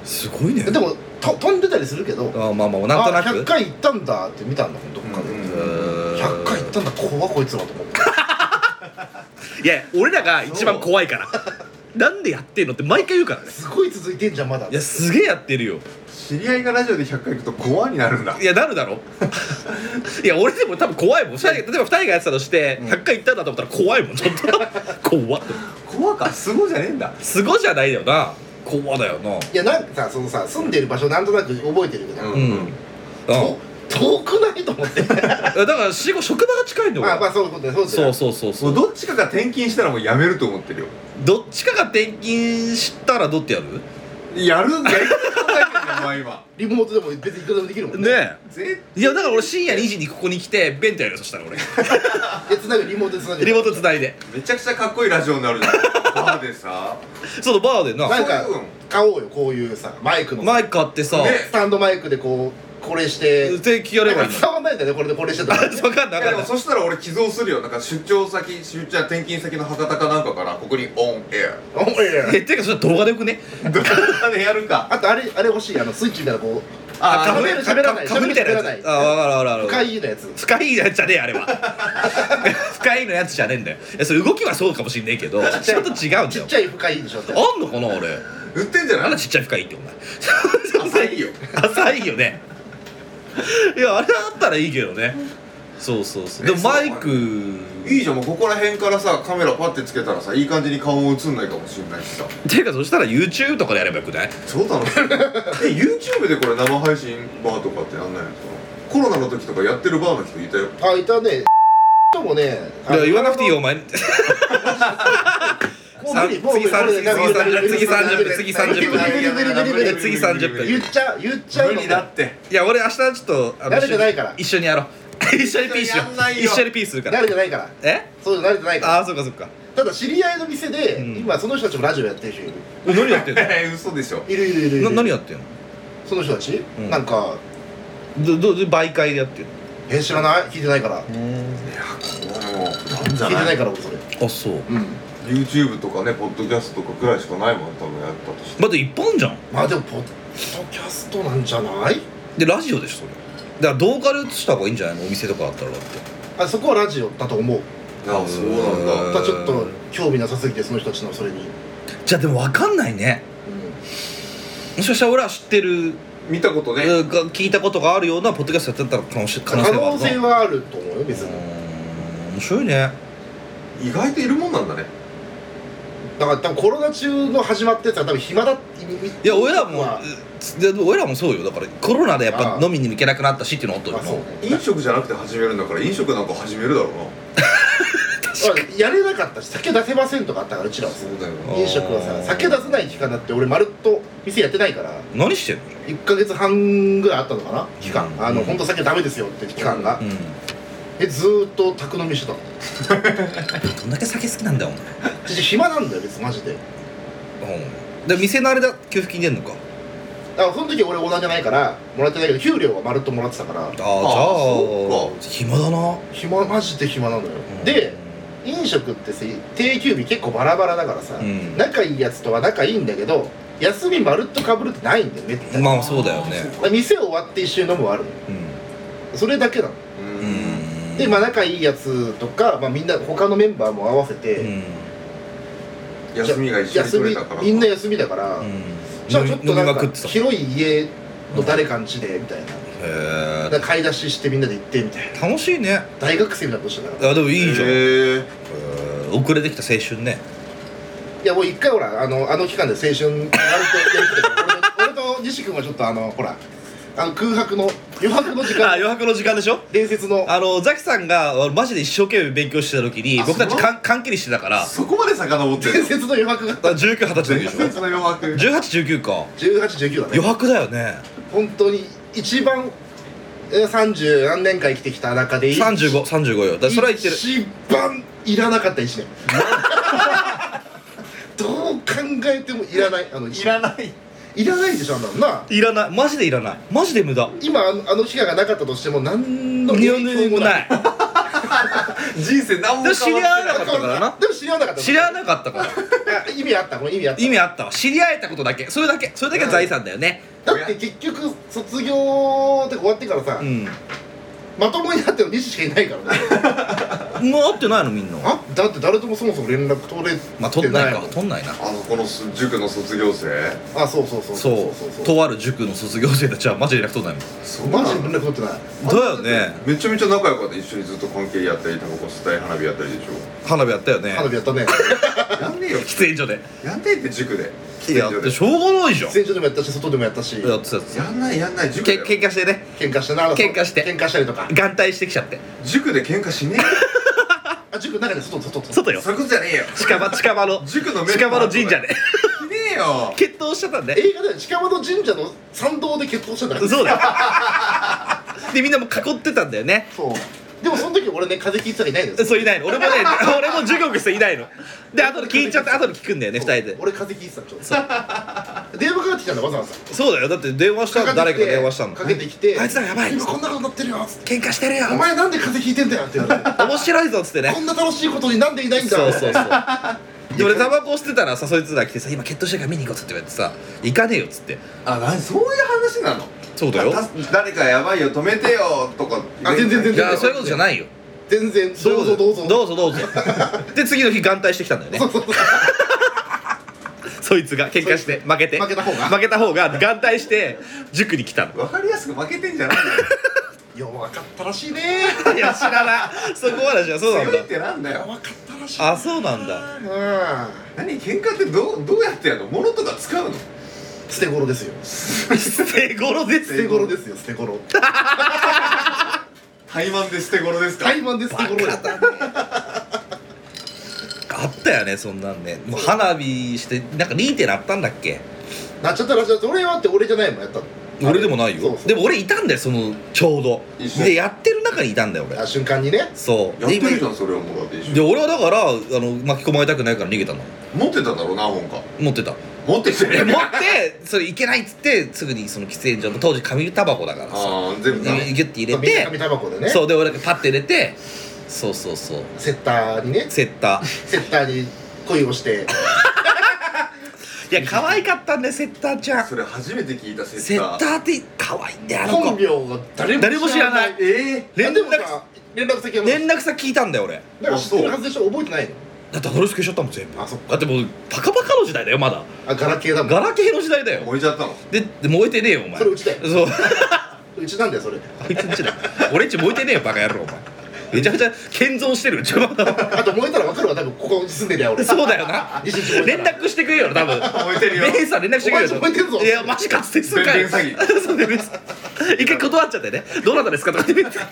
A: う
B: すごいね
C: でもと飛んでたりするけど
B: あまあまあなんとな
C: あ
B: く
C: 100回行ったんだって見たんだもんどっかで、
A: うん
C: 100回行ったんだ怖っこいつらと
B: [laughs]
C: 思って
B: いや俺らが一番怖いからなんでやってんのって毎回言うからね
C: すごい続いてんじゃんまだ
B: いやすげえやってるよ
A: 知り合いがラジオで100回行くと怖になるんだ
B: いやなるだろいや俺でも多分怖いもん二人が例えば2人がやってたとして100回行ったんだと思ったら怖いもんちょっと怖っ
A: 怖かすごじゃねえんだ
B: すごじゃないよな怖だよない
C: やなんかさそのさ住んでる場所なんとなく覚えてるけど、
A: うん
B: うん、
C: と遠くないと思
B: [laughs]
C: って
B: だから仕事職場が近いんだよ、
C: まあまあそういうことだそうだ
B: そ
C: よ
B: うそうそうそ
A: もう
B: う
A: どっちかが転勤したらもうやめると思ってるよ
B: どっちかが転勤したらどってやる
A: やるんだよ考えてんだよお前今
C: リモートでも別にいくらでもできるもん
B: ね
A: [laughs] 絶
B: えいやだから俺深夜2時にここに来て弁当やるよそしたら俺
C: えつなぐリモートでつなぐ
B: リモートつないで
A: めちゃくちゃかっこいいラジオになるじゃんバーでさ
B: そのバーでな
C: なんか
A: そういうの
C: 買おうよこういうさマイクの
B: マイク買ってさ、
A: ね
C: スタンドマイクでこうこれして
B: 定期やればい
C: [laughs]
B: いの
C: 伝わんないんだよねこれでこれしてた
B: [laughs]
C: ら
B: 分かんない
A: いやで
B: 分かんな
A: も
B: い
A: そしたら俺寄贈するよなんか出張先出張転勤先の博多かなんかからここにオンエ
C: おい
B: えっていうかそれ動画でよくね
A: アどうかでやるか
C: あとあれあれ欲しいあのスイッチみたいなこう
A: あ
C: カフェ喋らない
B: カフェみたいなやつ
C: 喋らない
B: あ分かる分かる分か
C: 深
B: る
C: いのやつ
B: 深いやつじゃねえあれは [laughs] 深いのやつじゃねえんだよいやそれ動きはそうかもしんねえけどちょっと違うんだ
C: ちっ
B: よ
C: ちゃい深いでしょって
B: あんのかな俺
A: 売ってんじゃな
B: な
A: い
B: んだちっちゃい深いってお前 [laughs]
A: 浅いよ
B: 浅いよねいやあれあったらいいけどねそうそうそうでもマイク
A: いいじゃんもうここら辺からさカメラパッてつけたらさいい感じに顔も映んないかもしれないしさ
B: ていうかそしたら YouTube とかでやればよくない
A: 超楽しいえ YouTube でこれ生配信バーとかってやんないのですかコロナの時とかやってるバーの人いたよ
C: あいたねともね
B: いや言わなくていいよお前
C: もう
B: さ
C: 無
B: ん
C: 理もう無
B: 次
C: 理
B: さん
C: 無理
B: 次さん
C: 無理無理
B: 次さん
C: 無理無理
B: 次さん
C: 無理無理無理無理無理無理無理
B: 次30分
C: 言っちゃう言っちゃう
A: 無理だって
B: いや俺明日ちょっとあの
C: 慣れてないから
B: 一緒にやろう [laughs] 一緒にピーしよ
A: やんな
B: う
A: いよ
B: 一緒にピーするか
C: 慣
B: ら
C: れてないから
B: え
C: そういうの慣れてないから
B: ああそっかそっか
C: ただ知り合いの店で、
B: うん
C: 今その人たちもラジオやってる人いる
B: え何やって
A: [laughs]
B: ん
A: え嘘でしょ
C: いるいるいるい
B: の
C: る
B: な何やってん
C: その人たち、
B: うん
C: なんか
B: のどど媒介でやってんの
C: え知らない聞いてないから
A: もうなんじゃ
C: 聞いてな
A: ないい
C: から俺それ
B: あそう
C: うん
A: YouTube とかねポッドキャストとかくらいしかないもん多分やったとして
B: まだ一本じゃん
C: まあでもポッドキャストなんじゃない
B: でラジオでしょそれだから動画で映した方がいいんじゃないのお店とかあったらだって
C: あそこはラジオだと思う
A: あそうなんだ
B: うん
C: ただちょっと興味なさすぎてその人たちのそれに、
B: じゃあでも分かんないねもしかしたら俺は知ってる、
A: 見たことね
B: えーが聞いたことがあるようなポッドキャストやってたら可能性可
C: 可
B: 能性はあ
C: 能
B: るな
C: 性はあると思うよ別
B: う
C: に
B: ーん面白いね
A: 意外といるもんなんだね
C: だから多分コロナ中の始まったやつは多分暇だっ
B: い
C: て
B: や俺らも、
C: まあ
B: で俺らもそうよだからコロナでやっ
C: あ
B: ぱ
C: あ
B: 飲みにも行けなくなったしっていうのはあったよ
C: まあ
B: な
C: そうね
A: 飲食じゃなくて始めるんだから飲食なんか始めるだろうな
C: あやれなかったし酒出せませんとかあったからうちらはさ
A: だよ
B: あー
C: 飲食はさ酒出せない期間だって俺まるっと店やってないから
B: 何してんの
C: 1か月半ぐらいあったのかな期間
B: うん
C: あの本当酒ダメですよって期間が
B: うん
C: えずーっと宅飲みしてたの
B: どんだけ酒好きなんだよ
C: 私暇なんだよ別にマジで
B: お前うんで店のあれだ給付金出んのか
C: だからその時俺オーナーじゃないからもらってないけど給料はまるっともらってたから
B: ああじゃあ
A: そっ
B: 暇だな
C: 暇マジで暇なのよ
B: うん
C: で飲食ってさ定休日結構バラバラだからさ、
B: うん
C: 仲いいやつとは仲いいんだけど休みまるっとかぶるってないんだよめったに、
B: まあそうだよね
C: だから店終わって一周飲むはあるの
B: う
C: それだけなの、
A: うんん
C: でまあ仲いいやつとか、まあ、みんな他のメンバーも合わせ
B: う
C: て、
B: ん
A: 休みが一緒に
C: 休
A: 取
C: み
A: れたから
C: みんな休みだから、じゃあちょっとなんか
B: へ
C: 広い家の誰かん家でみたいな,、
B: え
C: なんか買い出ししてみんなで行ってみたいな
B: 楽しいね
C: 大学生みたいなことしてたから
B: あでもいいじゃん
A: へー
B: えー遅れてきた青春ね
C: いやもう一回ほらあのあの期間で青春割とやってたから俺と俺と西君はちょっとあのほらあの空白の余白の時
B: あ
C: 間
B: 余白の時間でしょ
C: 伝説の
B: あのザキさんがあマジで一生懸命勉強してた時に
A: あ
B: 僕たち
A: そう
B: かん缶切りしてたから
A: そこまで遡って
C: 伝
A: る
C: 説の余白が
B: 1920歳の時でしょ
A: 伝
B: [laughs]
A: 説の余 [laughs] 白
B: 1819か
C: 1819だね
B: 余白だよね
C: 本当に一番えー30何年間生きてきた中で
B: 3535よだからそれは言ってる
C: 一番いらなかった1年
B: [laughs]
C: どう考えてもいらないあのいらないいらないでしょあんなのない
B: らないマジでいらないマジで無駄
C: 今あのあの被害がなかったとしても何の
B: 日本でもない
A: 人生何も変わって
B: で知り合わなかったからな
C: でも知り合わなかった
B: 知らなかったから
C: いや [laughs] 意味あったこれ意味あった
B: 意味あったわ知り合えたことだけそれだけそれだけは財産だよね
C: だって結局卒業で終わってからさ、
B: うん
C: まともになってるの西しかいないから
B: [laughs]
C: ね
B: もう会ってないのみんな
C: あだって誰ともそもそも連絡取れてない
B: まあ取んないか
C: もん
B: 取んないな
A: あのこの塾の卒業生
C: あそうそうそ
B: そ
C: う
B: う
C: そうそう
B: とある塾の卒業生たちはマジで連絡取んないもん
A: そ
C: マジで連絡取ってない
B: だよね
A: めちゃめちゃ仲良かった一緒にずっと関係やったりタバコ吸ったり花火やったりでしょ
B: 花火やったよね
C: 花火や
B: [laughs]
C: ったね
A: やんねえよ
B: 喫煙所で
A: やんねえって塾で
B: いやってしょうがないじゃん
C: 戦場でもやったし外でもやったし
B: やってたやつ
A: やんないやんない塾で
B: け喧嘩してね
C: 喧嘩してな
B: 喧嘩して
C: 喧嘩したりとか
B: 眼帯してきちゃって
A: 塾で喧嘩しねえ
C: あ塾の中で外外外
B: 外
A: よ
B: よ
A: そういうことじゃねえよ
B: 近場近場の
A: 塾のメンバー
B: 近場の神社で
A: しねえよ
B: 決闘しちゃったんで
C: 映画では近場の神社の参道で決闘してたから
B: そうだよでみんなも囲ってたんだよね
C: そうでもその時俺ね風邪ひいてたらいないのよ
B: そういないの俺もね [laughs] 俺も授業していないので後で聞いちゃって後で聞くんだよね二人で
C: 俺風邪ひいてたのちょっと [laughs] 電話かかってきたんだわざわざ
B: そうだよだって電話したの誰かが電話したの
C: かけてきて
B: あいつらやばい
C: 今こんなことになってるよつって
B: 喧嘩してるよ
C: お前なんで風邪ひいてんだよって言われて
B: 面白いぞっつって [laughs] ね
C: こんな楽しいことになんでいないんだ
B: そうそう
C: みた
B: そ
C: いうな
B: で俺タバコ吸ってたらさそいつら来てさ今決闘してるから見に行こうっつって言われてさ行かねえよっつって
A: あなにそういう話なの
B: そうだよ
A: あた誰かやばいよ止めてよとか
C: あ全然全然
B: いやそういうことじゃないよ
C: 全然
B: そうい
C: どうぞどうぞ
B: どうぞどうぞで次の日眼帯してきたんだよね
C: そうそうそう
B: [laughs] そいつが喧嘩して負けて
C: 負けた方が
B: 負けた方が眼帯して塾に来たの
A: わかりやすく負けてんじゃないよ
C: 弱かったらしいね
B: いや知らないそこまでじゃそうなん
A: 強
B: だ
A: いってなんだよ
C: 弱かったらしい
B: あそうなんだ
C: うん
A: 何喧嘩ってどうどうやってやるの物とか使うの
C: 捨て頃ですよ
B: 捨て頃です
C: 捨て頃ですよ捨て頃
A: 怠慢で捨て頃ですか
C: 怠慢で捨て頃です
B: あったよねそんなんねもう花火してなんか2点あったんだっけ
C: なっちゃったらしい俺はって俺じゃないもんやったの
B: 俺でもない
C: そ
B: よ
C: うそう
B: でも俺いたんだよそのちょうど
A: 一緒
B: でやってる中にいたんだよ
C: あ
B: 俺
C: 瞬間にね
B: そう
A: やってるじ
B: で
A: ゃんそれをもらって一緒
B: で俺はだからあの巻き込まれたくないから逃げたの
A: 持ってたんだろうな本か
B: 持ってた
A: 持ってきて
B: で
A: ね
B: 持ってそれいけないっつってすぐにその喫煙所の当時紙タバコだからさ
A: ああ全部
B: ギ
A: ダ
B: ュ
A: メ
B: ッて入れ
C: みんな
B: て
C: 紙タバコでね
B: そうで俺がパッて入れてそうそうそう
C: セッターにね
B: セッタ
C: [laughs] セッターに恋をして
B: ーいや可愛かったんだよセッターちゃん
A: それ初めて聞いたセ
B: セ
A: ッター
B: ッターって可愛いんだよあの
C: 本
B: 子
C: 名が誰も
B: 誰も知らない
A: え
C: 連
B: 連
C: 絡
B: 絡
C: さ連絡先はもう
B: 連絡先聞いたんだよ俺
C: だから知ってるはずでしょ覚えてないの
B: だって俺スケしちゃったもん全部
C: あそっ
B: だってもうバカバカの時代だよまだ
C: あガラケーだもん
B: ガラケーの時代だ
A: ー
B: よ
A: 燃えちゃったの
B: でで燃えてねえよお前
C: それうちだよ
B: そう [laughs]
C: うちなんだよそれ
B: あいつんちだよ俺んち燃えてねえよバカ野郎お前めちゃめちゃ謙遜してるうちはまだ
C: あと燃えたら分かるわ多分ここに住んでりゃ俺
B: [laughs] そうだよな
C: 西口燃え
B: 連
C: たら
B: 絡してくれよな多分
A: 燃えてる [laughs] よ
B: ベンさん連絡してくれよ
C: お前燃えてんぞ
B: いやマジかっつってそうか
A: 電電詐
B: [laughs] そう電電詐欺一回断っちゃってねどなたですかとかって言って [laughs]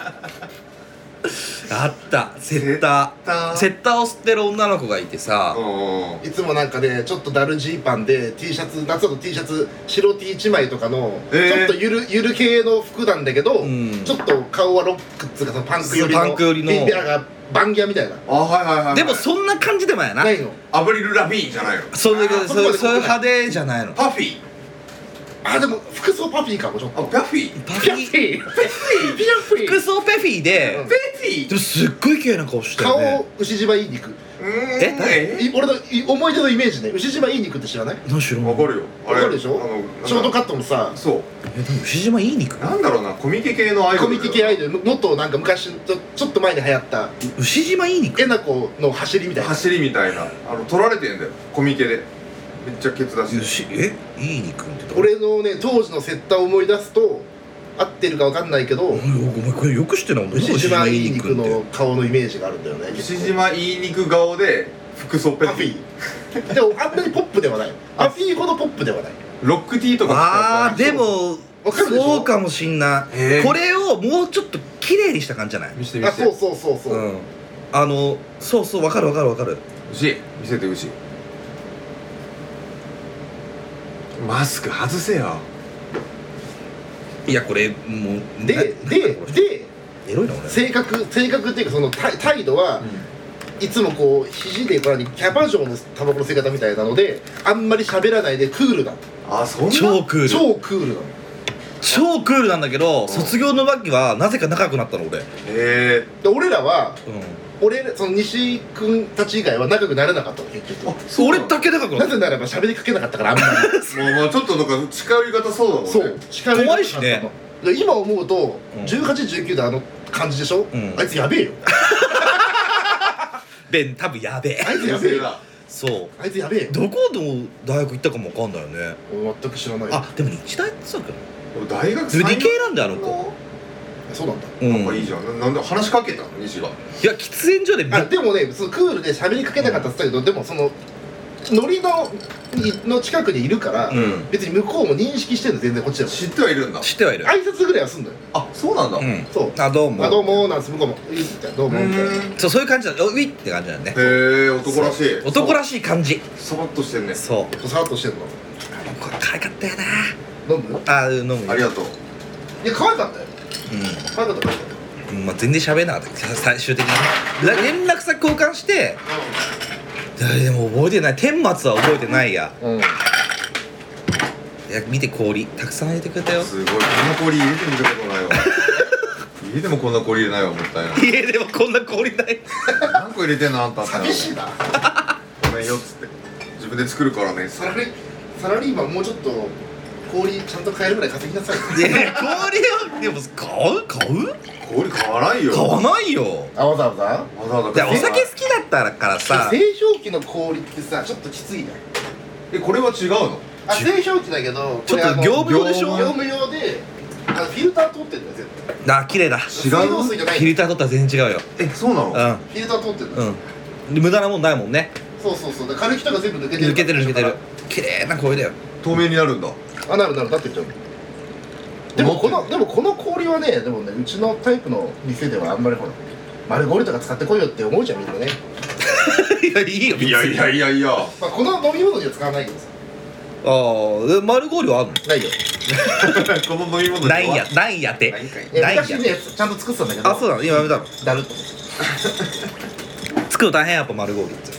B: あったセッタ
A: セッタ
B: ー
A: ー
B: セッターを吸ってる女の子がいてさ、
A: うん
C: いつもなんかねちょっとダルジーパンで T シャツ夏の T シャツ白 T 一枚とかの、
A: えー
C: ちょっとゆるゆる系の服なんだけど、
B: うん
C: ちょっと顔はロックっつうかそのパンク寄りの
B: そうパンク寄りの
C: ビビアがバンギャみたいな
A: あはいはいはいはい
B: でもそんな感じでもやな
C: ないの
A: アブリル・ラビーンじゃないの
B: そういう
C: あー
B: そういうそういう
C: そこまで
B: 派手じゃないの
A: パフィー
C: あでも服装パフィーかもちょっ
A: あ
C: と
A: パフィー
C: ピャッフィーピャッフィーピャッフィー
B: 服装ペフィーで
C: うん
A: ペティ
B: でもすっごい綺麗な顔してる
C: 顔
B: ね
C: 牛島いい肉
A: うーん
B: え
A: え
B: 誰
C: い俺のい思い出のイメージね牛島いい肉って知らない
B: 何しろ
A: わかるよあ
C: わ
A: れ
C: かるでしょ
A: あのなんか
C: ショートカットのさ
A: そ
B: えでも牛島いい肉
A: うなんだろうなコミケ系のアイド
C: コ
A: ル
C: ミティ系アイドルもっとなんか昔ちょちょっと前に流行った
B: 牛島いい肉
C: えなこの走りみたいな
A: 走りみたいなあの取られてんだよコミケでめっちゃケツ出してる
B: 牛えいい肉って
C: 俺のね当時のセッターを思い出すと合ってるかわかんないけど、
B: お前お前これよく知ってるなお前
C: 牛島いい肉
B: って
C: の顔のイメージがあるんだよね
A: 牛島いい肉顔で服装ペ
C: パ
A: テ
C: フィ
A: ィ
C: ーでもあんなにポップではないアピーほどポップではない
A: ロックティーとか
B: あーでも
C: わかるでしょ
B: そうかもしんな
E: へ
B: い
E: ー
B: これをもうちょっと綺麗にした感じじゃない
A: 見せて見
C: あ
A: せ
C: そう
A: て
C: そうそうそう、
B: うんあのそうそうわかるわかるわかる
A: 牛見せて牛マスク外せよ
B: いやこれもうな
C: ででで
B: エロいな俺
C: 性格性格っていうかその態態度は、いつもこう肘でこうキャバ嬢のタバコの吸い方みたいなのであんまり喋らないでクールだ
A: あそんな
B: 超クール超
C: 超クールだ
B: クールなんだけど卒業のバキはなぜか仲良くなったの俺
A: へえ
C: で俺らは
B: う
C: 俺らその西井君たち以外は仲良くなれなかったの結局
B: ん俺だけ仲良くな
C: な
B: っ
C: ぜならば喋りかけなかったからあんま
B: [laughs]
A: もうまあちょっとなんか近寄り方そうだもん
C: り
A: ね
C: そう近寄り
B: 怖いしね
C: で今思うと、
B: うん
C: 1819であの感じでしょ、
B: ん
C: あいつやべえよ
B: たで多分やべえ
C: あいつや
A: や
C: べえ
A: べえ
C: よ
A: な
B: そう
C: あいつやべえよ
B: どこでも大学行ったかもわかんないよね
C: 全く知らない
B: あでも日大ってそうだっけ
A: 俺大学
B: ど理
A: 最
B: 系
A: 後
B: なんだよあの子
C: そうなんだ
B: う
A: なんかいい
B: ん
A: じゃんななんで話しかけたの西が
B: いや喫煙所で
C: あでもねそのクールで喋りかけなかったって言ったけどでもそのノリのいの近くにいるから、
B: うん
C: 別に向こうも認識してるの全然こっちでも
A: 知ってはいるんだ
B: 知ってはいる
C: 挨拶ぐらいはすんのよ
A: あそうなんだ
B: う
A: へ
B: ん
C: そう
B: あどうも
C: あどうもなんです向こうも「うい」みたいな「どうも」みたいな
B: そうそういう感じだねおういって感じだよね
A: え男らしい
B: 男らしい感じ
A: さばっとしてんね
B: そう
C: さらっとしてんの
B: これ可愛かったよな
C: 飲む
B: あー飲む
A: ありがとう
C: いや可愛かったよ可愛かった可愛かっ
B: うん、まあ、全然喋れなかったけど最終的にねら連絡先交換して誰でも覚えてない天末は覚えてないや
C: たうん
B: いや見て氷たくさん入れてくれたよ
A: すごいこんな氷入れてみたことない
B: [laughs]
A: わ家でもこんな氷入れないわもったいない
B: 家でもこんな氷ない
A: 何個入れてんのあんた
C: 寂しいな
A: ごめんよっつって自分で作るからね
C: サラリサラリーマンもうちょっと氷ちゃんと買えるぐらい稼ぎなさい
B: いや氷をでも買う買う
A: 氷買わないよ
B: 買わないよ
C: あわざわざ
A: わざわ
B: い
A: ざ
B: やお酒好きだったからさ
C: 製氷機の氷ってさちょっときついじゃん
A: えこれは違うの
C: あ製氷機だけど
B: ちょっと
C: これあの
B: 業務用でしょ
C: 業務用であのフィルター通ってんだよ全部
B: あ綺麗だ
A: 違うの
C: 水道水じゃない
B: フィルター取ったら全然違うよ
A: えそうなの
B: う
C: フィルター通ってる
B: んうんで無駄なもんないもんね
C: そうそうそうだから軽い人が全部抜けてる
B: 抜けてる抜けてる綺麗な氷だよ [laughs]
A: 透明になるんだ
C: あなるなるなってっちゃうでもこのでもこの氷はねでもねうちのタイプの店ではあんまりほら丸氷とか使ってこいよって思うじゃんみんなね、
B: いやいいよ別に
A: いやいやいやいや
C: まあ、この飲み物には使わないけどさ
B: ああ丸氷はある
C: ないよ
A: この飲み物
B: のないや
A: つ
B: ないやて
A: 何かい
C: え
B: ないんや
C: 昔ねちゃんと作ってたんだけど
B: あそうなの今やめたの
C: だるっと
B: 作るの大変やっぱ丸氷って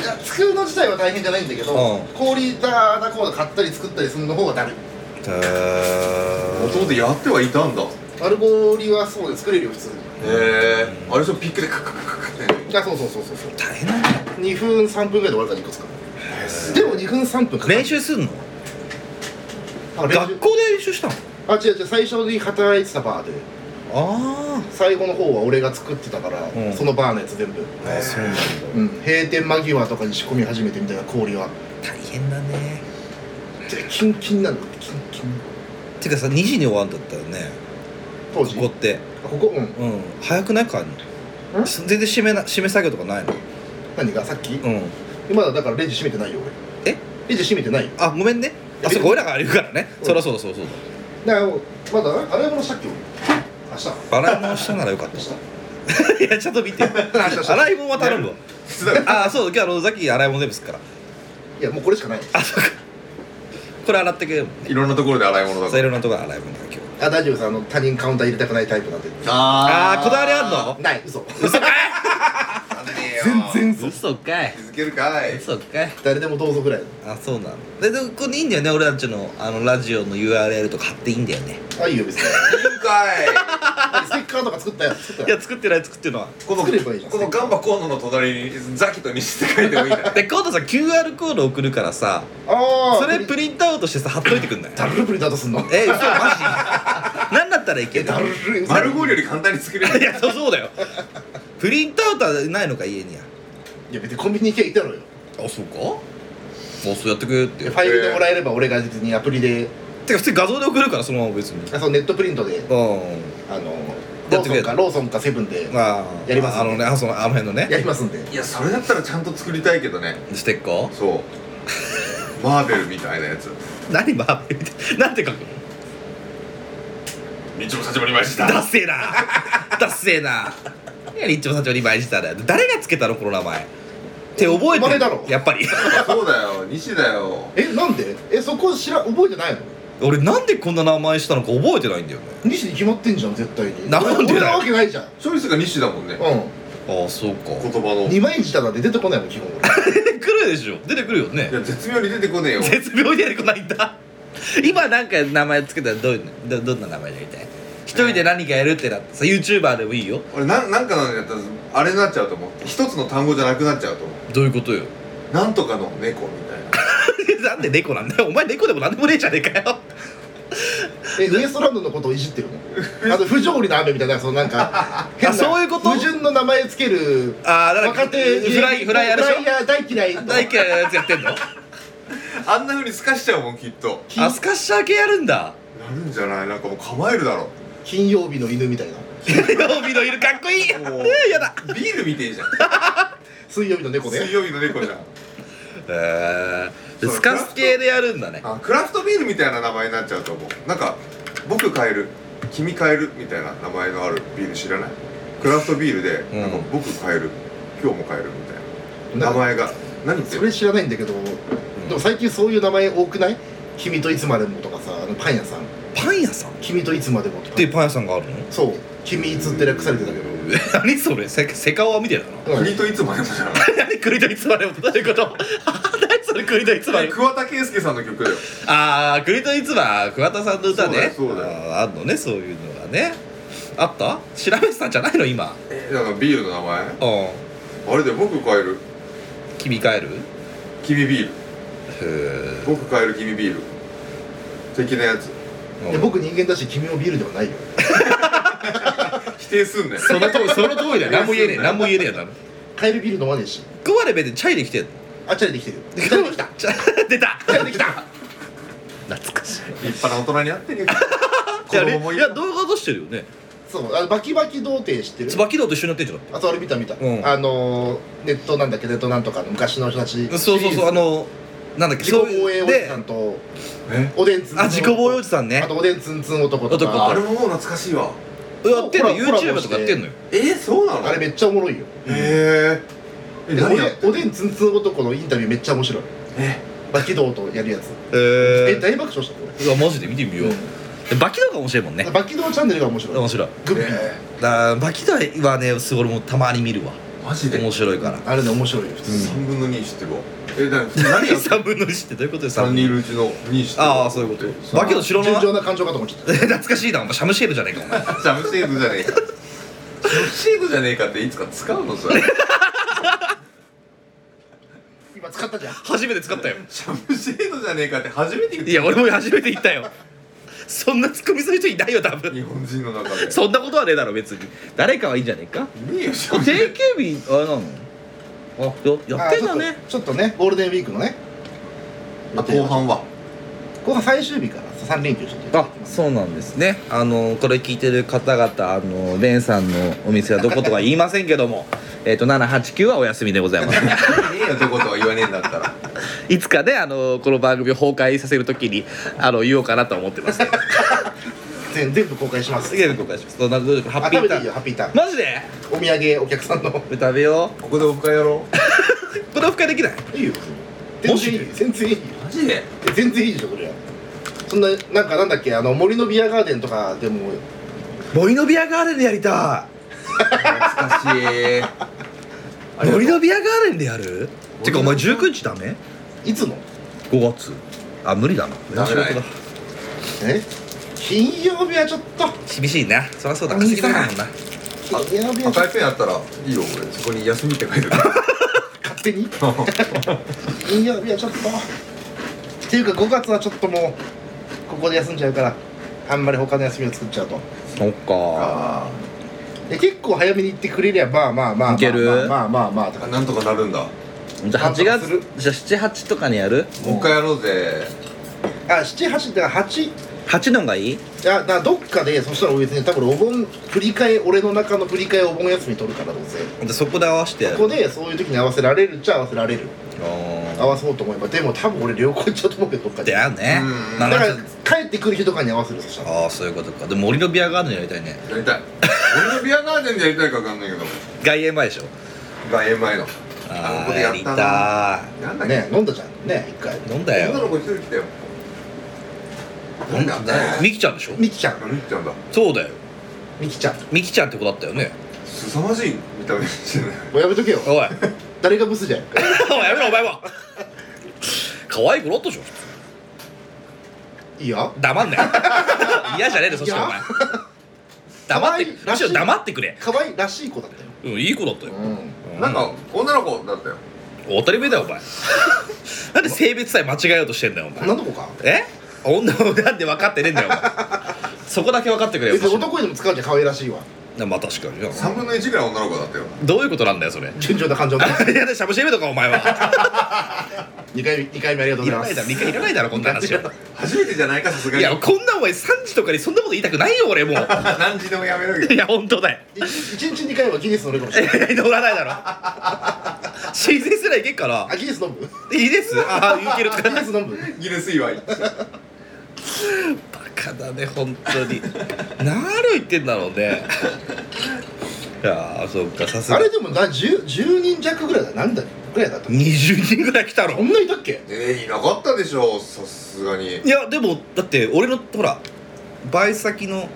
C: いや作るの自体は大変じゃないんだけど、
B: うん
C: 氷だだこうだ買ったり作ったりするの方がだるい
A: もともとやってはいたんだへ
C: 丸氷はそうで作れるよ普通に
A: えあれでしょピックでカッカッカッカッってやる
C: あそうそうそうそうそう
B: 大変なんだよ
C: 2分3分ぐらいで終わるから1個使うでも2分3分かかる
B: 練習すんの
C: あ練習
B: 学校で練習したの
C: あ違う違う最初に働いてたバーで
B: あ
C: 最後の方は俺が作ってたから、
B: うん
C: そのバーのやつ全部、
B: ーあそうなんだ
C: うん、閉店間際とかに仕込み始めてみたいな氷は
B: 大変だね
C: でキンキンなんだキンキン
B: てかさ2時に終わるんだったよね
C: 当
B: こ
C: 時
B: こって
C: あここうん
B: うん早くないか
C: ん
B: 全然締めな締め作業とかないの
C: 何がさっき、
B: うん
C: 今だだからレジ閉めてないよ俺
B: え
C: レジ閉めてないよ
B: あごめんねあそこ俺らが歩くからねそりゃそうだそうだそう
C: だからまだ洗い物したっけ俺明日
B: だ洗い物したならよかっ
C: 明日
B: た [laughs] いやちゃんと見てよ [laughs] 洗い物は頼むわ [laughs] あそう今日あのさっき洗い物全部すっから
C: いやもうこれしかない
B: これ洗ってくれるもんね
A: いろんなところで洗い物だ
B: そう
A: か
B: い
A: ら
B: ろんなところ洗い物だから今日
C: あ大丈夫さあの他人カウンター入れたくないタイプなんで
B: あ
A: あ
B: ーこだわりあんの
C: ない嘘
A: 全然
B: 嘘かい
A: 気づけるかい
B: 嘘かい
C: 誰でもどうぞぐらい
B: あそうなのででもこれいいんだよね俺たちのあのラジオの URL とか貼っていいんだよね
C: あいい
B: [laughs]
C: よ別に
A: かい
C: ステッカーとか作ったよ作ったよ
B: 作ってない作ってるのは
A: この
C: 作ればいいじゃん
A: このガンバコーノの隣にザキと西って書いてもいいんだ
B: で今度さ QR コード送るからさ
C: ああ
B: それプリントアウトしてさ貼っといてくんない
C: ダブルプリントアウトすんの
B: え嘘マジ [laughs] なんだったらいける
C: ダブル
A: 丸ゴールより簡単に作れ
B: [laughs] い
A: る
B: やそうそうだよプリントアウトはないのか家にはい
C: や別にコンビニ行けばいいだろうよ
B: あそうかあそうやってくれるっ
C: フ
B: て
C: ァイルでもらえれば俺が別にアプリで
B: てか普通に画像で送るからそのまま別に
C: あそうネットプリントで
B: うん
C: あの
E: や
B: で
C: ロ
E: って
C: ーソ
E: くれ
C: ン
E: る
C: かローソンかセブンで
E: あー
C: やりますね
E: あのねあそのあの辺のね
C: やりますんで
A: いやそれだったらちゃんと作りたいけどね
E: ステッカー
A: そうマーベルみたいなやつ
B: 何バーベル [laughs] ってなんて書くの
A: 道も始まりました
B: ダッセー [laughs] なダッセーな何一丁社長リバイジターだよ誰がつけたのこの名前って覚え
C: お
B: て
C: 前
B: る
C: だろ
B: やっぱり [laughs]
A: そうだよ西だよ
C: えなんでえそこ知ら覚えてないの
B: 俺なんでこんな名前したのか覚えてないんだよね
C: 西に決まってんじゃん絶対に
B: なんでだよ
C: 俺なわけないじゃん
A: チョイスが西だもんね
C: う
B: ああそうか
A: 言葉の
C: ん
A: い
C: 二枚舌なんて出てこないもん基本俺
B: 出てくるでしょ出てくるよね
A: や絶妙に出てこねえよ
B: [laughs] 絶妙に出てこないんだ今なんか名前つけたらどういうどどんな名前やりたい一人で何かやるってなってさ YouTuber でもいいよ
A: 俺なんなんかのやったらあれになっちゃうと思う一つの単語じゃなくなっちゃうと思
B: どういうことよ [laughs]
A: うなんとかの猫みたいな
B: なんで猫なんだよお前猫でもなんでもねえじゃねえかよ [laughs]
C: えウエストランドのことをいじってるのあと不条理な雨みたいなそのなん
B: [laughs]
C: か変な
B: そういうこと
C: 矛盾の名前つける
B: ああだから
C: 若手
B: フライフライやるでし
C: フライヤー大嫌い
B: ょ大嫌いなやつやってんの
A: あんな風に透かしちゃうもんきっと
B: あスカッシャー系やるんだ
A: なるんじゃないなんかもう構えるだろ
C: 金曜日の犬みたいな
B: 曜日の犬かっこ
C: [laughs]
B: いい
A: もう
B: えや [laughs] だ
A: ビール見ていいじゃん
C: 水曜日の猫ね
A: 水曜日の猫じゃん
B: え
A: そ
B: ー、
A: う
B: スカス系でやるんだね
A: あクラフトビールみたいな名前になっちゃうと思うなんか僕買える君買えるみたいな名前のあるビール知らないクラフトビールで、
B: ん
A: なんか僕買える今日も買えるみたいな名
C: なんか
A: 前が何言って
C: そ
A: る
C: れ知らないんだけど、でも最近そういう名前多くない君といつまでもとかさあのパン屋さん
B: パン屋さんっ
C: 君といつまでもとか
B: ていうパン屋さんがあるの [laughs]
C: そう君いつって略されてたけど
B: 何それセセカオワみたいだな
C: うん
A: 国といつまでもじゃな
B: 何栗といつまでもどういうこと [laughs] 何それ栗といつま
A: い
B: でも
A: 桑田佳祐さんの曲だよ
B: ああ栗といつま桑田さんの歌ね
A: そうだよそうだよ
B: あーあんのねそういうのがねあった調べてたんじゃないの今
A: なんかビールの名前
B: うん
A: あれで僕買える
B: 君帰る
A: 君ビール
B: へ
A: 僕買える君ビール的なやつ
C: で僕人間だし君もビールではないよ
A: 否定すんね
B: その通りその通りだよ何も言えねえ何も言えねえやだろ
C: 買えるビール飲まねえし
B: 食われべでチャイで来てんの
C: あっちゃでできてる
B: 出た出た出た懐かしい
A: 立派な大人になってるよ
B: い
A: 子供 [laughs] も
B: や
A: い
B: [laughs] い
A: る
B: や動画出してるよね
C: そうあのバキバキ童貞知ってる
B: 椿堂と一緒にやってんじゃ
C: あそうあれ見た見た、
B: うん
C: あのーネットなんだっけネットなんとかの昔の人たち
B: んそうそうそうあのなんだっけ
C: 自己
B: そう
C: 防衛おじ
B: で
C: さんと
A: え
C: おでんつんつん男
B: あ自己防衛おじさんね
C: あとおでんつんつん男とか
B: 男と
A: あれももう懐かしいわ
B: やってんの
C: コラボして
B: YouTuber とかやってんのよ
A: えー、そうなの
C: あれめっちゃおもろいよ
A: へえ
C: で
A: 何やって
C: おでおでんつんつん男のインタビューめっちゃ面白い
A: え
C: バキドーとやるやつえ
B: え
C: 大爆笑したこれ
B: えマジで見てみようでバキドが面白いもんね
C: バキドーチャンネルが面白い
B: 面白い
C: グッピー、
A: え
B: だバキドはねすごい俺もたまに見るわ
A: ー、マジで
B: 面白いから
C: あれね面白いよ普通に、
A: 3分の2知ってばえ
B: [laughs]
A: だ何やって
B: 3分の1ってどういうことですか
A: 3人いるうちの2知って
B: ああそういうことバキド知ら
C: 純
B: ない
C: 情な感情かと思っちゃった
B: [laughs] 懐かしいなお前シャムシェールじゃねえかお前
A: とシャムシェードじゃねえかシャムシェードじゃねえかっていつか使うの
B: [laughs]
A: それ
C: 今使ったじゃん
B: 初めて使ったよ
A: シャムシェードじゃねえかって初めて言っ
B: いや俺も初めて行ったよそんなツッコミする人いないよ多
A: た日
B: 分
A: 本人の中で
B: そんなことはねえだろ別に誰かはいいんじゃねえか
A: ねえよシャムシェー
B: 定休日あれなのあややってんだ
C: あ
B: ね
C: ちょっとちょっとねゴールデンウィークのね
A: ドあ後半は
C: 後半最終日から3連休ちょっと
B: あそうなんですねあのこれ聞いてる方々あのレンさんのお店はどことは言いませんけどもえっと789はお休みでございます
A: ねえよってことは言わねえんだったら
B: いつかねあのこの番組を崩壊させるときにあの言おうかなと思ってます
C: 全全部公開します
B: 次で公開しますどうなどうハ
C: あ
B: ッピー
C: 食べ
B: ター
C: ていい
B: ン
C: よハッピーターン
B: マジで
C: お土産お客さんの
B: これ食べよ
A: ここでオフ会やろ
B: うこれオフ会できない
C: いいよ全
B: マジ
C: 然いい
B: で
C: よ全然いいよ
A: うマジで
C: 全然いいでしょこれはそんななんかなんだっけあの森のビアガーデンとかでも
B: 森のビアガーデンでやりた
A: 懐かしい
B: い森のビアガーデンでやるてかお前19日ダメ
C: いつの
B: ?5 月あ無理だな
A: ダメだ
B: 仕事
C: え金曜日はちょっと
B: 厳しいなそりゃそうだ
C: お
B: 稼
C: 兄
B: ぎ
C: さ
B: だ
C: ん
B: もんな
C: 金曜日はちょっ
A: 赤
C: と
A: いペンあったらいいよ俺そこに休みって書いてある
C: 勝手に [laughs] 金曜日はちょっとっていうか5月はちょっともうここで休んじゃうからあんまり他の休みを作っちゃうと
B: そっか
A: あ
C: で結構早めに行ってくれりゃまあまあまあまあ
B: いける
C: まあまあまあまあ
A: [laughs]
C: と
A: あ
C: か
A: なんとかなるんだ
B: じゃあ8
C: なんとかする
B: 月じゃあ78とかにやる
A: もう一回やろうぜ
C: あ78だから8
B: 八のがいい
C: いやだからどっかでそしたら俺別に多分お盆振り替え俺の中の振り替えお盆休み取るからどうせ
B: でそこで合わせてやる
C: ここでそういう時に合わせられるっちゃ合わせられる合
B: あ
C: わそうと思えばでも多分俺旅行行っちゃうと思うけどどっか
B: あ
C: で
B: だ
C: だ
B: よね
A: うん
B: な
C: か
B: んから
C: 帰ってくる日とかに合わせるそしたら
B: ああそういうことかでも森のビアガーデンやりたいね
A: やりたい俺のビアガーデンでやりたいか分かんないけど
B: 外苑前でしょ
A: 外苑前のあ
B: あ
A: ここで
B: あ
A: や
B: や
A: っ
B: り
A: たな
B: た
A: なんだっけ、
C: ね飲んだじゃんね一回
B: い飲んだ
A: 女の
B: よ
A: 子一人来たよ
B: 飲ん
A: なん
B: だ
A: だ
B: よミキちゃんでしょ
C: ミキちゃん
A: 何言ってんだ
B: そうだよ
C: ミキちゃん
B: ミキちゃんって子だったよね
A: 凄まじい見た目してない
C: もうやめとけよ
B: おい [laughs] おいや
C: 誰がブスじゃん
B: めろお前は可愛い子だったでしょ
C: いいよ
B: 黙んなよ嫌じゃねえでそしたらお前黙って
C: 可愛い
B: む
C: ら
B: し
C: し
B: ろ
C: い
B: 黙ってくれ
C: 可愛らしい子だったよ
B: うんいい子だったよ
C: う
A: なんか女の子だったよ
B: 当たり前だよお前 [laughs] なんで性別さえ間違えようとしてんだよお
C: ん
B: 前
C: 何の子か
B: え女をなんで分かってねえんだよお前そこだけ分かってくれよ
C: 別に男にでも使うじゃん可愛らしいわ
B: まあ確かにな
A: 3分の1ぐらい女の子だったよ
B: どういうことなんだよそれ
C: 順調な感情で
B: [laughs] いやでしゃぶしゃぶとかお前は
C: 2回二回目ありがとう
B: い
C: ご
B: ら
C: ざ
B: ない
C: いま
B: だろ
C: す
B: 理解いらないだろこんな話は
A: 初めてじゃないかさすが
B: い
A: に
B: やこんなお前3時とかにそんなこと言いたくないよ
C: [laughs]
B: 俺もう
A: [laughs] 何時でもやめるけど
B: いや本当だよ
C: 一日一日2回はギネス乗るかもしれない
B: え乗らないだろ申請すらいけっから
C: あギネス飲む
B: いいですああいけるとか
C: ギネス飲む
A: ギネス祝い
B: バカだね本当に何を言ってんだろうねいやーそっかさす
C: あ
B: が
C: れでもな 10, 10人弱ぐらいだ何だぐらいだった
B: 20人ぐらい来た
C: こ
B: ろ
C: んないたっけ
A: えー、いなかったでしょさすがに
B: いやでもだって俺のほらバイ先の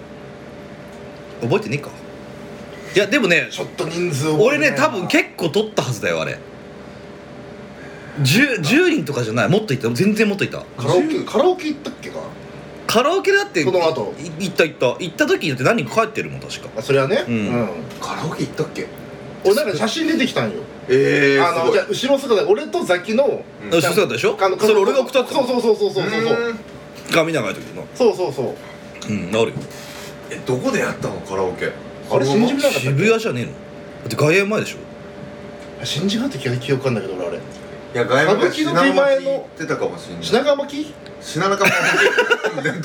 B: 覚えてねえかいやでもね
C: ちょっと人数多
B: 俺
C: いな
B: ね多分結構取ったはずだよあれ 10, 10人とかじゃないもっといた全然もっといた
C: カラオケカラオケ行ったっけか
B: カラオケだって
C: その後
B: い行った行った行った時だって何人か帰ってるもん確か
C: あそれはね
B: う
C: うんん
A: カラオケ行ったっけ
C: 俺なんか写真出てきたんよ
A: ええー、
C: あ
A: す
C: の
A: ご
C: じ
A: い
C: ゃあ後ろ姿で俺とザキの
A: うん
B: そうだったでしょ
C: あの
B: それ俺が送ったって
C: そうそうそうそうそうそうそう
A: ーん
B: 髪長い時の
C: そうそうそう
B: うんあるよ
A: えどこでやったのカラオケ
C: あれ新宿なかったっけ
B: 渋谷じゃねえのだって外苑前でしょ
C: あ新宿だって記憶あんだけど俺あれ
A: いや外務省
C: 歌舞伎の手前の
A: 行ってたかもしんない
C: 品川巻
A: 品川巻き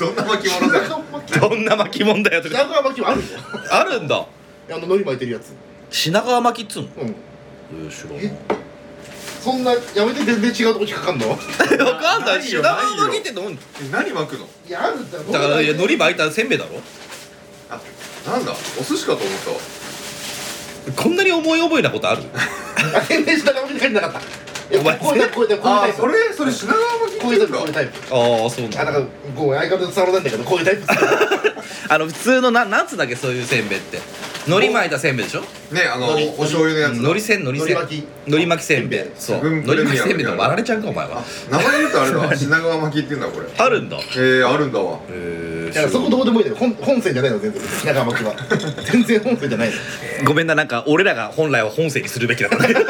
A: [laughs] どんな巻
C: 品
A: 物
C: [laughs]
A: だよ
C: 川巻
B: どんな巻きもんだよと
C: 品
B: か
C: 川巻もあるよ
B: [laughs] あるんだ
C: あの海苔巻いてるやつ
B: 品川巻きっつうの
C: うん
B: え知ら
C: えそんなやめて全然違うとこにかかんの
B: ないわかんな
A: な
B: い
A: い
B: 品
A: よ
B: 川巻きって何
A: え何巻くの
C: いやあるんだよ
B: だからいや海苔巻いたせんべいだろ
A: あなんだお寿司かと思ったわ
B: こんなに思い覚えなことある
C: あ全然品川巻に入んなかったいや
B: お前
C: こういうタイプこういうタイプこうい
A: あ
C: うタイ
A: ー
C: プ
A: それそれ品川巻き
C: こういうタイプこ
A: っ
C: うい
A: て
C: うんタ
A: だ
C: イプ
B: ああそう
C: あ
B: な
C: だ
B: ん
C: か
B: だ
C: らごめん相方と伝わらないんだけどこういうタイプ
B: あの普通のななんつうんだっけそういうせんべいって海苔巻いたせんべいでしょ
A: ねあの
C: 海苔
A: お醤油のやつ
B: 海
A: だ
B: 苔せん海苔せん [laughs]
C: 海苔巻き
B: 海苔巻きせんべい
C: せんべい
B: そう
A: セブ
B: 海
A: ン
B: 苔巻きせんべ
A: プレミ
B: い
A: アム
B: の割られちゃうかお前は
A: 名前言うとあれだわ品川巻きって言うんだこれ
B: あるんだへ
A: えー、あるんだわ
B: え
C: いやそこどうでもいいのよ本本線じゃないの全然品川
B: [laughs]
C: 巻は全然本線じゃないの
B: ごめんななんか俺らが本来は本性にするべきだったね [laughs]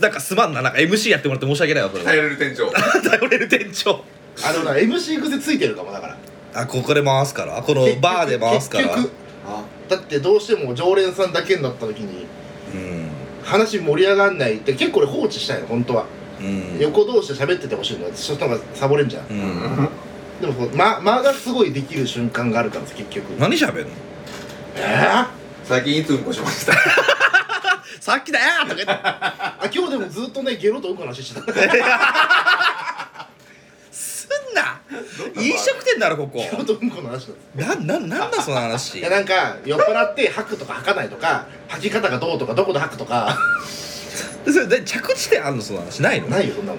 B: なんかすまんななんか MC やってもらって申し訳ないわそれは
A: 頼れる [laughs] 店長
B: [laughs] 頼れる店長
C: あのな MC 癖ついてるかもだから
B: あここで回すからこの
C: 結局
B: バーで回すから
C: 結局
A: あ
C: だってどうしても常連さんだけになった時に
B: うん
C: 話盛り上がんないって結構俺放置したいの本当は、
B: うん
C: 横同士で喋っててほしいのよそしたらサボれんじゃん
B: う
A: うんん
C: でもこう間間がすごいできる瞬間があるからです結
B: [laughs]
C: 局
B: 何しゃべんの
C: えー、
A: 最近いつうんこしました
B: さっきだよとか言って
C: あ今日でもずっとねゲロとうんこの話してた
B: [laughs] すんな飲食店だろここ
C: ゲロとうんこの話だ
B: なんなんなんだその話
C: いやなんか酔っ払って吐くとか吐かないとか吐き方がどうとかどこで吐くとか [laughs]
B: それで着地点あんのその話ないの
C: ないよそんなの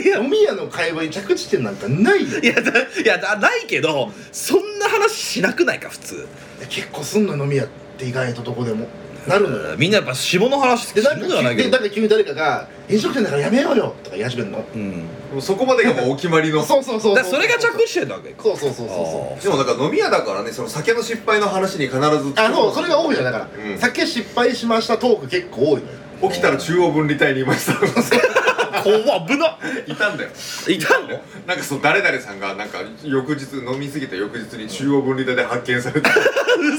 B: いや
C: 飲み屋の会話に着地点なんかないよ
B: いやだいやだないけどそんな話しなくないか普通
C: 結構すんの飲み屋って意外とどこでもなるのよ
B: みんなやっぱ下の話す
C: で
B: る
C: なんか
B: のではないけ
C: 急でな
B: ど
C: んか急に誰かが「飲食店だからやめようよ」とか言い始めるの
B: うん
A: もうそこまでがもうお決ま [laughs] りの
C: そうそうそう
B: だ
C: う
B: からそれが着地点なわけか
C: そうそうそうそうそう
A: でもなんか飲み屋だからねその酒の失敗の話に必ず
C: あそうそれが多いじゃんだから、
A: うん
C: 酒失敗しましたトーク結構多いのよ
A: [laughs] 起きたら中央分離帯にいました
B: あー怖っ危ない
A: たんだよ
B: いたの
A: なんかそう誰々さんがなんか翌日飲み過ぎた翌日に中央分離帯で発見された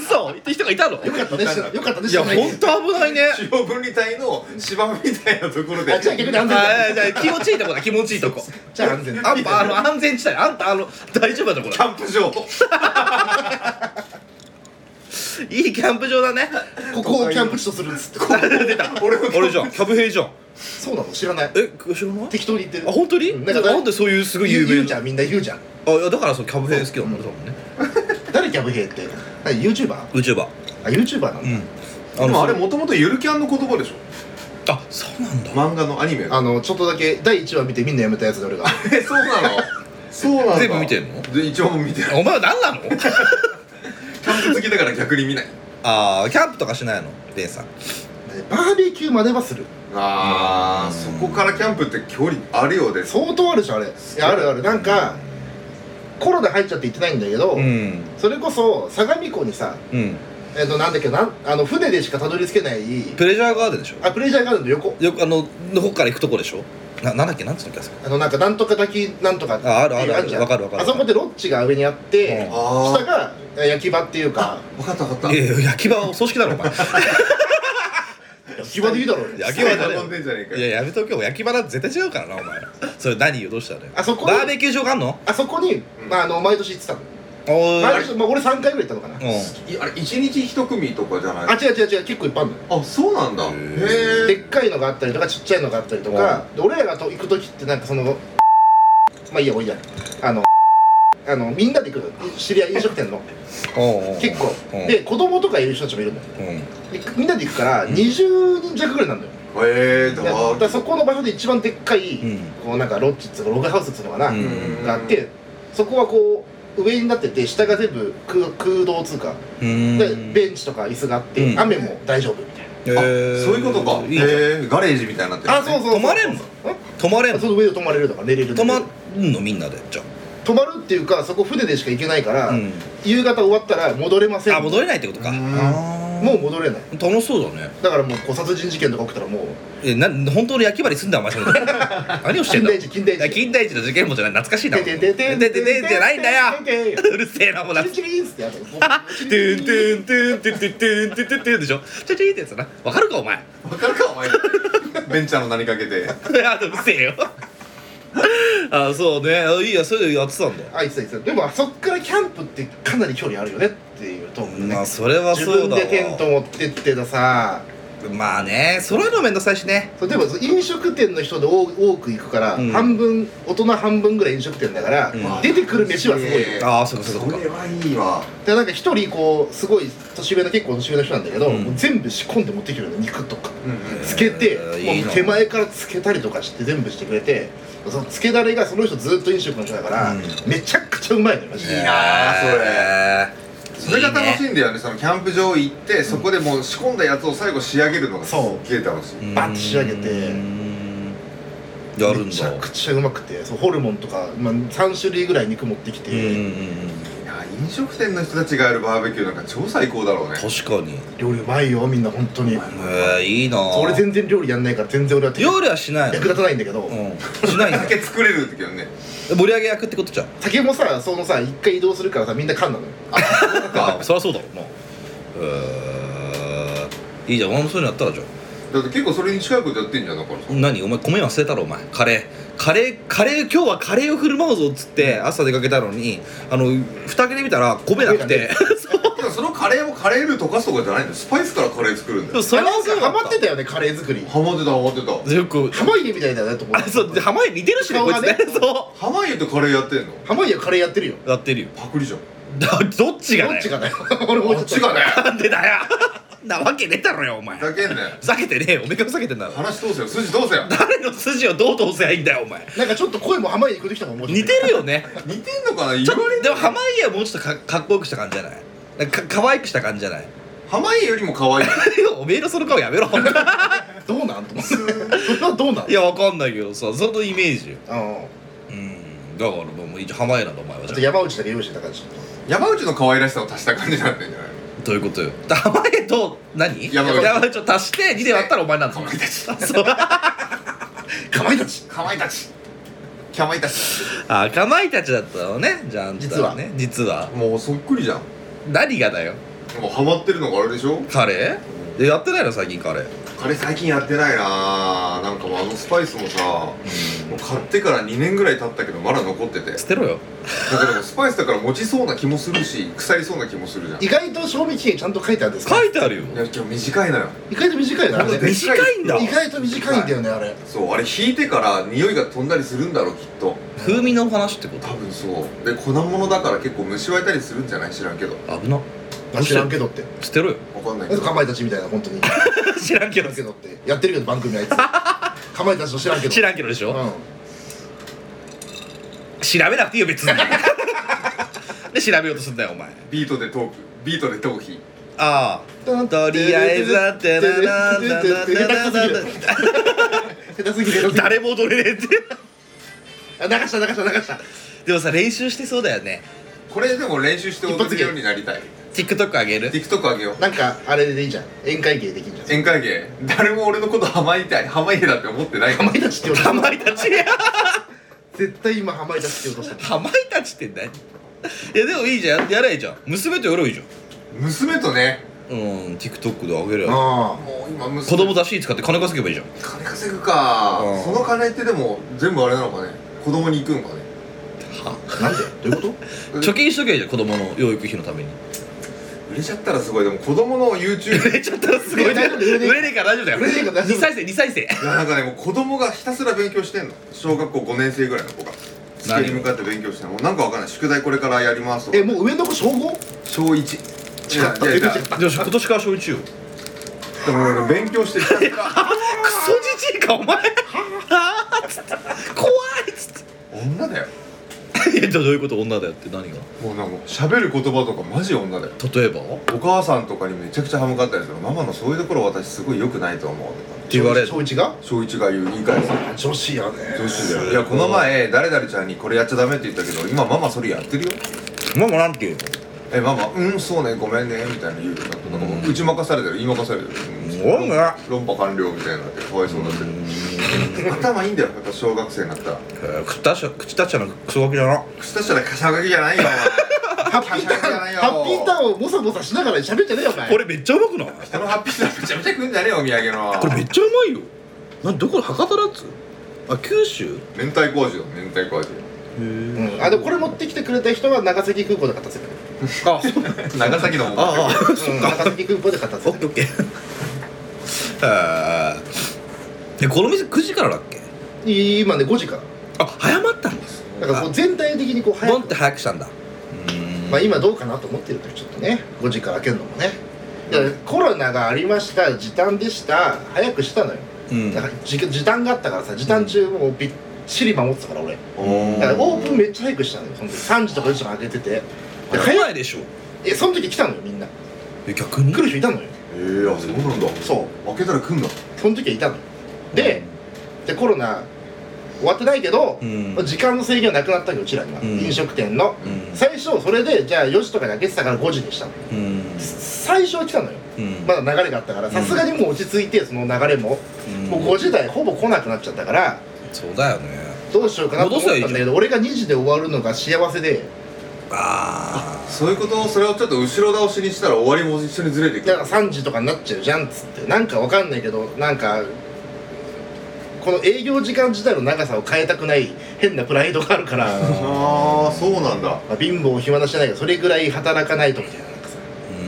B: 嘘って人がいたの
C: よかったねしよかったね
B: いや
C: 知らないで
B: 本当危ないね
A: 中央分離帯の芝みたいなところで
C: あじゃあ逆に安全だ
B: あじゃあ気持ちいいとこだ気持ちいいとこ
C: じゃあ安全だ
B: あんたあの安全地帯あんたあの大丈夫なとこ
A: キ
B: だ
A: ャンプ場
B: いいキャンプ場だね
C: ここをキャンプ地とするんですってこ
B: 出た俺俺じゃんキャブ兵じゃん
C: そうなの知らない
B: え知らない
C: 適当に言ってる
B: あ本当に
C: うん
B: な
C: なんんか
B: でそういうすごい
C: 言う
B: 有
C: 言う
B: 名
C: じゃ
B: なん
C: みんな言うじゃん
B: あいやだからそのキャブ兵好きだもんね多分ね
C: 誰キャブ兵って何 YouTuber?
B: 宇宙バ
C: あ YouTuber なの、
B: うん
A: でもあれ
B: そう
A: もともとゆるキャンの言葉でしょ
B: あそうなんだ
A: 漫画のアニメの
C: あのちょっとだけ第1話見てみんなやめたやつで
B: [laughs]
C: 俺が
A: えそうなのそうなんだ
B: 全部見てんの
A: で一応見てる
B: お前は何なの
A: キャンプ好きだから逆に見ない
B: [laughs] ああキャンプとかしないのベンさん
C: バーベキューまではする
A: あーそこからキャンプって距離あるようで
C: 相当あるでしょあれいやあるあるなんかコロナ入っちゃって行ってないんだけど、
B: ん
C: それこそ相模湖にさ
B: うん
C: えっ、となんだっけなんあの船でしかたどり着けない
B: プレジャーガーデンでしょ
C: あプレジャーガーデンの横
B: よくあのの方から行くとこでしょななんだっけなんつうのっけあそこ
C: あのなんかなんとか滝なんとかっていう
B: ああるあるある
C: じゃん
B: わかるわかる
C: あそこでロッジが上にあって
B: うん
A: あー
C: 下がえ焼き場っていうか
A: 分かった分かった
B: いやいや焼き場はお葬式だろお前
C: 焼き場でいいだろ
B: 焼き
A: 今
B: 場
A: 日
B: だね
A: 頼んでんじゃねえか
B: い
A: よ
B: ややめとけよ焼き場なんて絶対違うからなお前それ何よどうしたのよ
C: あそこ
B: バーベキュー場があんの
C: あそこに、
A: ん
C: まあ、あの毎年行ってたの
B: おー
C: 毎年、まあ、俺3回ぐらい行ったのかな、
B: うん
A: いあれ一日一組とかじゃない
C: あ違う違う違う結構いっぱいあるのよ
A: あそうなんだへ
C: で
A: え
C: っかいのがあったりとかちっちゃいのがあったりとか、で俺らがと行く時ってなんかそのまあいいやもういいやあのあのみんなで行くの知り合い飲食店の
B: お
C: 結構
B: うん
C: で子供とかいる人たちもいるんだよでみんなで行くから20人弱ぐらいなんだよ
A: へえだ
C: だ
A: わ
C: からそこの場所で一番でっかい、
B: うん
C: こうなんかロッジっつうかログハウスっつうのかな、
B: うん
C: があってそこはこう上になってて下が全部空空洞っつうか
B: うん
C: でベンチとか椅子があって、
B: うん
C: 雨も大丈夫みたい
B: え
A: あ
B: ー
A: そういうことか
B: いいじゃ
A: へ
B: ん
A: えガレージみたいになってる
C: な、
A: ね
C: あそうそうそう
B: 泊まれんの泊まれん
C: あ
B: の
C: その上で泊まれるとか寝れる
B: 泊ま
C: る
B: んのみんなでじゃ
C: 泊まるっていうかそこ船でしか行けないから、
B: あうん
C: 夕方終わったら戻れません
B: あ戻れないってことか
A: うん
B: あー
C: もう戻れない
B: 楽しそうだね
C: だからもうこう殺人事件とか起きたらもう
B: えな本当の焼き場に住んだお前それ何をしてん
C: 金
B: だ
C: 田一金田
B: いや
C: 一
B: 金田一の事件簿じゃない懐かしいな
C: てててて
B: でででじゃないんだよ
C: てて
B: うるせえなもう懐かしい
C: チリチリンっつってやる
B: トゥントゥントゥントゥントゥントゥントゥントゥントゥンでしょチャチーってやつだなわかるかお前
A: わかるかお前ベンチャーの名にかけて
B: いやうるせえよあそうねあいいやそれでやってたんだ
C: あいつだいつだでもあそっからキャンプってかなり距離あるよねっていうと思うね、
B: まあそれは
C: 自
B: そう
C: 分
B: だわ
C: でテント持ってってたさ
B: まあねそれのめんどくさいしね
C: 例えば飲食店の人で多多く行くから、
B: うん
C: 半分大人半分ぐらい飲食店だから、
B: うん
C: 出てくる飯はすごいよ、
A: え
B: ああそうかそう
A: そ
B: かそう
A: れ
B: か
A: はいいわ
C: でなんか一人こうすごい年上の結構年上の人なんだけど、
B: うん
C: もう全部仕込んで持ってきてるの肉とか
A: うんうん
C: つけて、
B: いい
C: も
B: な
C: う手前からつけたりとかして全部してくれてそのつけだれがその人ずっと飲食の人だから、
B: うん
C: めちゃくちゃうまいのよマジで、
A: いいなあそ
B: れ
A: それが楽し
B: い
A: いんだよねそのキャンプ場行ってそこでもう仕込んだやつを最後仕上げるのがすっげえ楽しい
B: ね
C: バッて仕上げて
B: うんやるん
C: めちゃ
B: だ
C: くちゃうまくてそうホルモンとか、まあ、3種類ぐらい肉持ってき
B: うんうんう
C: て、
B: ん
A: いや飲食店の人たちがやるバーベキューなんか超最高だろうね
B: 確かに
C: 料理うまいよみんな本当に、
B: えー、いいな
C: そう俺全然料理やんないから全然俺は手
B: 料理はしないの
C: 役立たないんだけど、
B: うんしないん
C: [laughs]
B: だ
A: 酒作れるけどね
B: 盛り上げ役ってことじゃん
C: 酒もさそのさ一回移動するからさみんな缶なのよ
B: あそりゃそうだろうなえー、いいじゃんお前もそういうのやったらじゃあ
A: だって結構それに近いことやってんじゃんだからさ
B: 何お前米忘れたろお前カレーカレーカレー今日はカレーを振る舞うぞっつって朝出かけたのにあの蓋開けてみたら米なくて
A: でもそのカレーもカレールー溶かすとかじゃないんだよスパイスからカレー作るんだ
B: でも
A: よ
B: [laughs] それは
C: なんかハマって
B: て
C: たよねカレー作り
A: ハマってたハマってた
B: よく
C: 濱家みたいだよねと思
B: あそうで濱家似てるしねこいつね [laughs]
C: 顔がね
B: そ
A: ハワイでカレーやってんの
C: 濱家はカレーやってるよ
B: うやってるよ
A: パクリじゃん
B: だどっちが
C: ど
B: だ
C: っち
B: よ
C: がだよ [laughs] 俺もうちょっと
A: ね
B: なんでだよなわけねえだろよお前
A: ふざけんなよ
B: ふざけてねえよおめかがふざけてんだろ
A: 話通せよ筋通せよ
B: 誰の筋をどう通せばいいんだよお前
C: なんかちょっと声も濱家に似てきたもんもうちょっ
B: 似
C: と
B: てるよね
A: 似てんのかな
B: ちょ
A: 言
B: っ
A: われ
B: とでも濱家はもうちょっとかかっこよくした感じじゃないなんかか可愛くした感じじゃない [laughs]
A: ハワイよりも可愛い
B: おめえのその顔やめろ [laughs] い
C: どうなんと思ってそれはどうなん
B: やわかんないけどさそのイメージよ
C: うん
B: うんだからもうもう一応濱家なんだお前は
C: ち
B: じ
C: ょっと
B: ゃ
C: 山内だけ用意してた感じ
A: 山内の可愛らしさを足した感じになってんじゃないの
B: あどういうことよだから濱家と何
A: 山内
B: [laughs] を足して2で割ったらお前なんだそうか
C: かまいたち
A: かまいたちキャマイたち
B: あかまいたちだったのねじゃああんたね実は
A: もうそっくりじゃん
B: 何がだよ
A: もうハマってるのがあれでしょ
B: カレーでやってないの最近カレー
A: カレー最近やってないななんかもうあのスパイスもさもう買ってから2年ぐらい経ったけどまだ残ってて
B: 捨てろよ
A: だからでもスパイスだから持ちそうな気もするし腐りそうな気もするじゃん
C: 意外と賞味期限ちゃんと書いてあるんですか
B: 書いてあるよ
A: いや今日短いのよ
C: 意外と短いなあれね
B: 短いんだ
C: 意外と短いんだよねあれ
A: そうあれ引いてから匂いが飛んだりするんだろうきっと
B: 風味の話ってこ
A: 多分そうで粉物だから結構虫湧いたりするんじゃない知らんけど
B: と危な
C: あ知らんけどって
B: 捨てろよ
A: わかんないけ
C: え
A: ど
C: かまいたちみたいな本当に知
B: [laughs] 知らんけ
C: ら
B: ど
C: んけどってやってるけど番組あいつかまいたちの知らんけど
B: [laughs] 知らんけどでしょ、
C: うん
B: 調べなくていいよ別 [laughs] にで調べようとすんだよお前
A: ビートでトークビートで頭皮
B: ああとりあえずだってなななななな
C: 下手すぎる下手すぎ
B: [laughs]
C: る
B: 誰も踊れねえって
C: あ流した流した流した
B: [laughs] でもさ練習してそうだよね
A: これでも練習して
C: 一発
A: 踊
C: 芸
A: るようになりたい
B: TikTok 上げる
A: TikTok あげよう
C: なんかあれでいいじゃん宴会芸できんじゃん
A: 宴会芸誰も俺のこと濱家だ濱家だって思ってない
C: かまいたちって言おうと
B: か
C: して
B: まいたち
C: る絶対今かまいたちって言おうとしてる
B: かまいたちって何いやでもいいじゃんやればいいじゃん娘とやればいいじゃん
A: 娘とね
B: うん TikTok で上げるよ
C: あ
A: もう今娘
B: 子供出し使って金稼げばいいじゃん
A: 金稼ぐか
B: うん
A: その金ってでも全部あれなのかね子供に行くのかね
C: あなんでどういうこと
B: 貯金しとけばいいじゃん子供の養育費のために
A: 売れちゃったらすごいでも子供の YouTube
B: 売
A: [laughs]
B: れちゃったらすごいね
C: 大丈夫売れねえ
B: 売れねえから大丈夫だよ
C: 売れねえから大丈夫
B: 2歳生2歳生
A: いやなんかねもう子供がひたすら勉強してんの小学校5年生ぐらいの子が机に向かって勉強してんのもうなんかわかんない宿題これからやりますとか
C: えもう上の子小 5?
A: 小1いやいやいやで
B: でも今年から小一よ
A: も俺勉強してひたすら
B: クソじじいかお前あーっつって怖いっつっ
A: [laughs] 女だよ
B: ていやどういうこと女だよって何が
A: もうなんか喋る言葉とかマジ女だよ
B: 例えばっ
A: お母さんとかにめちゃくちゃ歯向かったりするママのそういうところ私すごい良くないと思うとか
B: て言われる
C: 小1が
A: 小一が言う言い返す
C: 女子やね
A: 女子だよいやこの前誰々ちゃんにこれやっちゃダメって言ったけど今ママそれやってるよ
B: ママなんて言う
A: えママうんそうねごめんねみたいな言うよなんかもう打ち負かされてる言い負かされてる
B: すごいね
A: 論破完了みたいになってかわいそうになってる頭いいんだよやっぱ小学生になったら
B: の口たしゃ口たちゃのクソガキだな
A: 口出したらカシャガキじゃないよ
C: ハッピーターンハッピーターンをもさもさしながら喋ってねえよお前
B: これめっちゃうまくない
A: お前このハッピーターンめちゃめちゃ食うんじゃねえよお土産の
B: これめっちゃうまいよなんどこ博多のやつあ九州
A: 明太子味よ明太子味
C: うんあでもこれ持ってきてくれた人は長崎空港で片付けた
B: あ
A: 長崎のもん
B: ああ
C: うん長崎空港で片
B: オ
C: 付
B: ッ
C: け
B: ケーオッケーあーえこの店9時からだっけ
C: た今ね5時から
B: あ早まったんです
C: だからこう全体的にこう
B: ボ
C: 早
B: ンって
C: く
B: 早くしたんだ
C: まあ今どうかなと思ってるけどちょっとね5時から開けるのもねいやコロナがありました時短でした早くしたのよ
B: うん
C: だから時時短があったからさ時短中もうびっちり守ってたから俺
A: お
C: だからオープンめっちゃ早くしたのよその時3時とか4時とか開けててで
B: 早
C: 早い
B: いでしょ
C: えその時来たのよみんな
B: え逆に
C: 来る人いたのよ
A: えー、あそうなんだ
C: そう
A: 開けたら来んだ
C: その時はいたのよででコロナ終わってないけど
B: う、んうん
C: 時間の制限はなくなったわけうちらには、
B: うん
C: 飲食店の最初それでじゃあ4時とかに開けてたから5時にしたの
B: うん
C: 最初は来たのよ
B: うん
C: まだ流れがあったからさすがにもう落ち着いてその流れも、
B: うん
C: もう5時台ほぼ来なくなっちゃったから
B: そうだよね
C: どうしようかなと思ったんだ
B: 戻せばい
C: け
B: い
C: ど俺が2時で終わるのが幸せで
B: あ
A: そういうことをそれをちょっと後ろ倒しにしたら終わりも一緒にずれてく
C: だ
A: る
C: から3時とかになっちゃうじゃんっつってなんかわかんないけどなんかこの営業時間自体の長さを変えたくない変なプライドがあ
B: [laughs]
C: るから、
A: ああそうなんだ
C: まあ、貧乏暇なしじゃないけどそれぐらい働かないとみたいななんかさ
B: あうー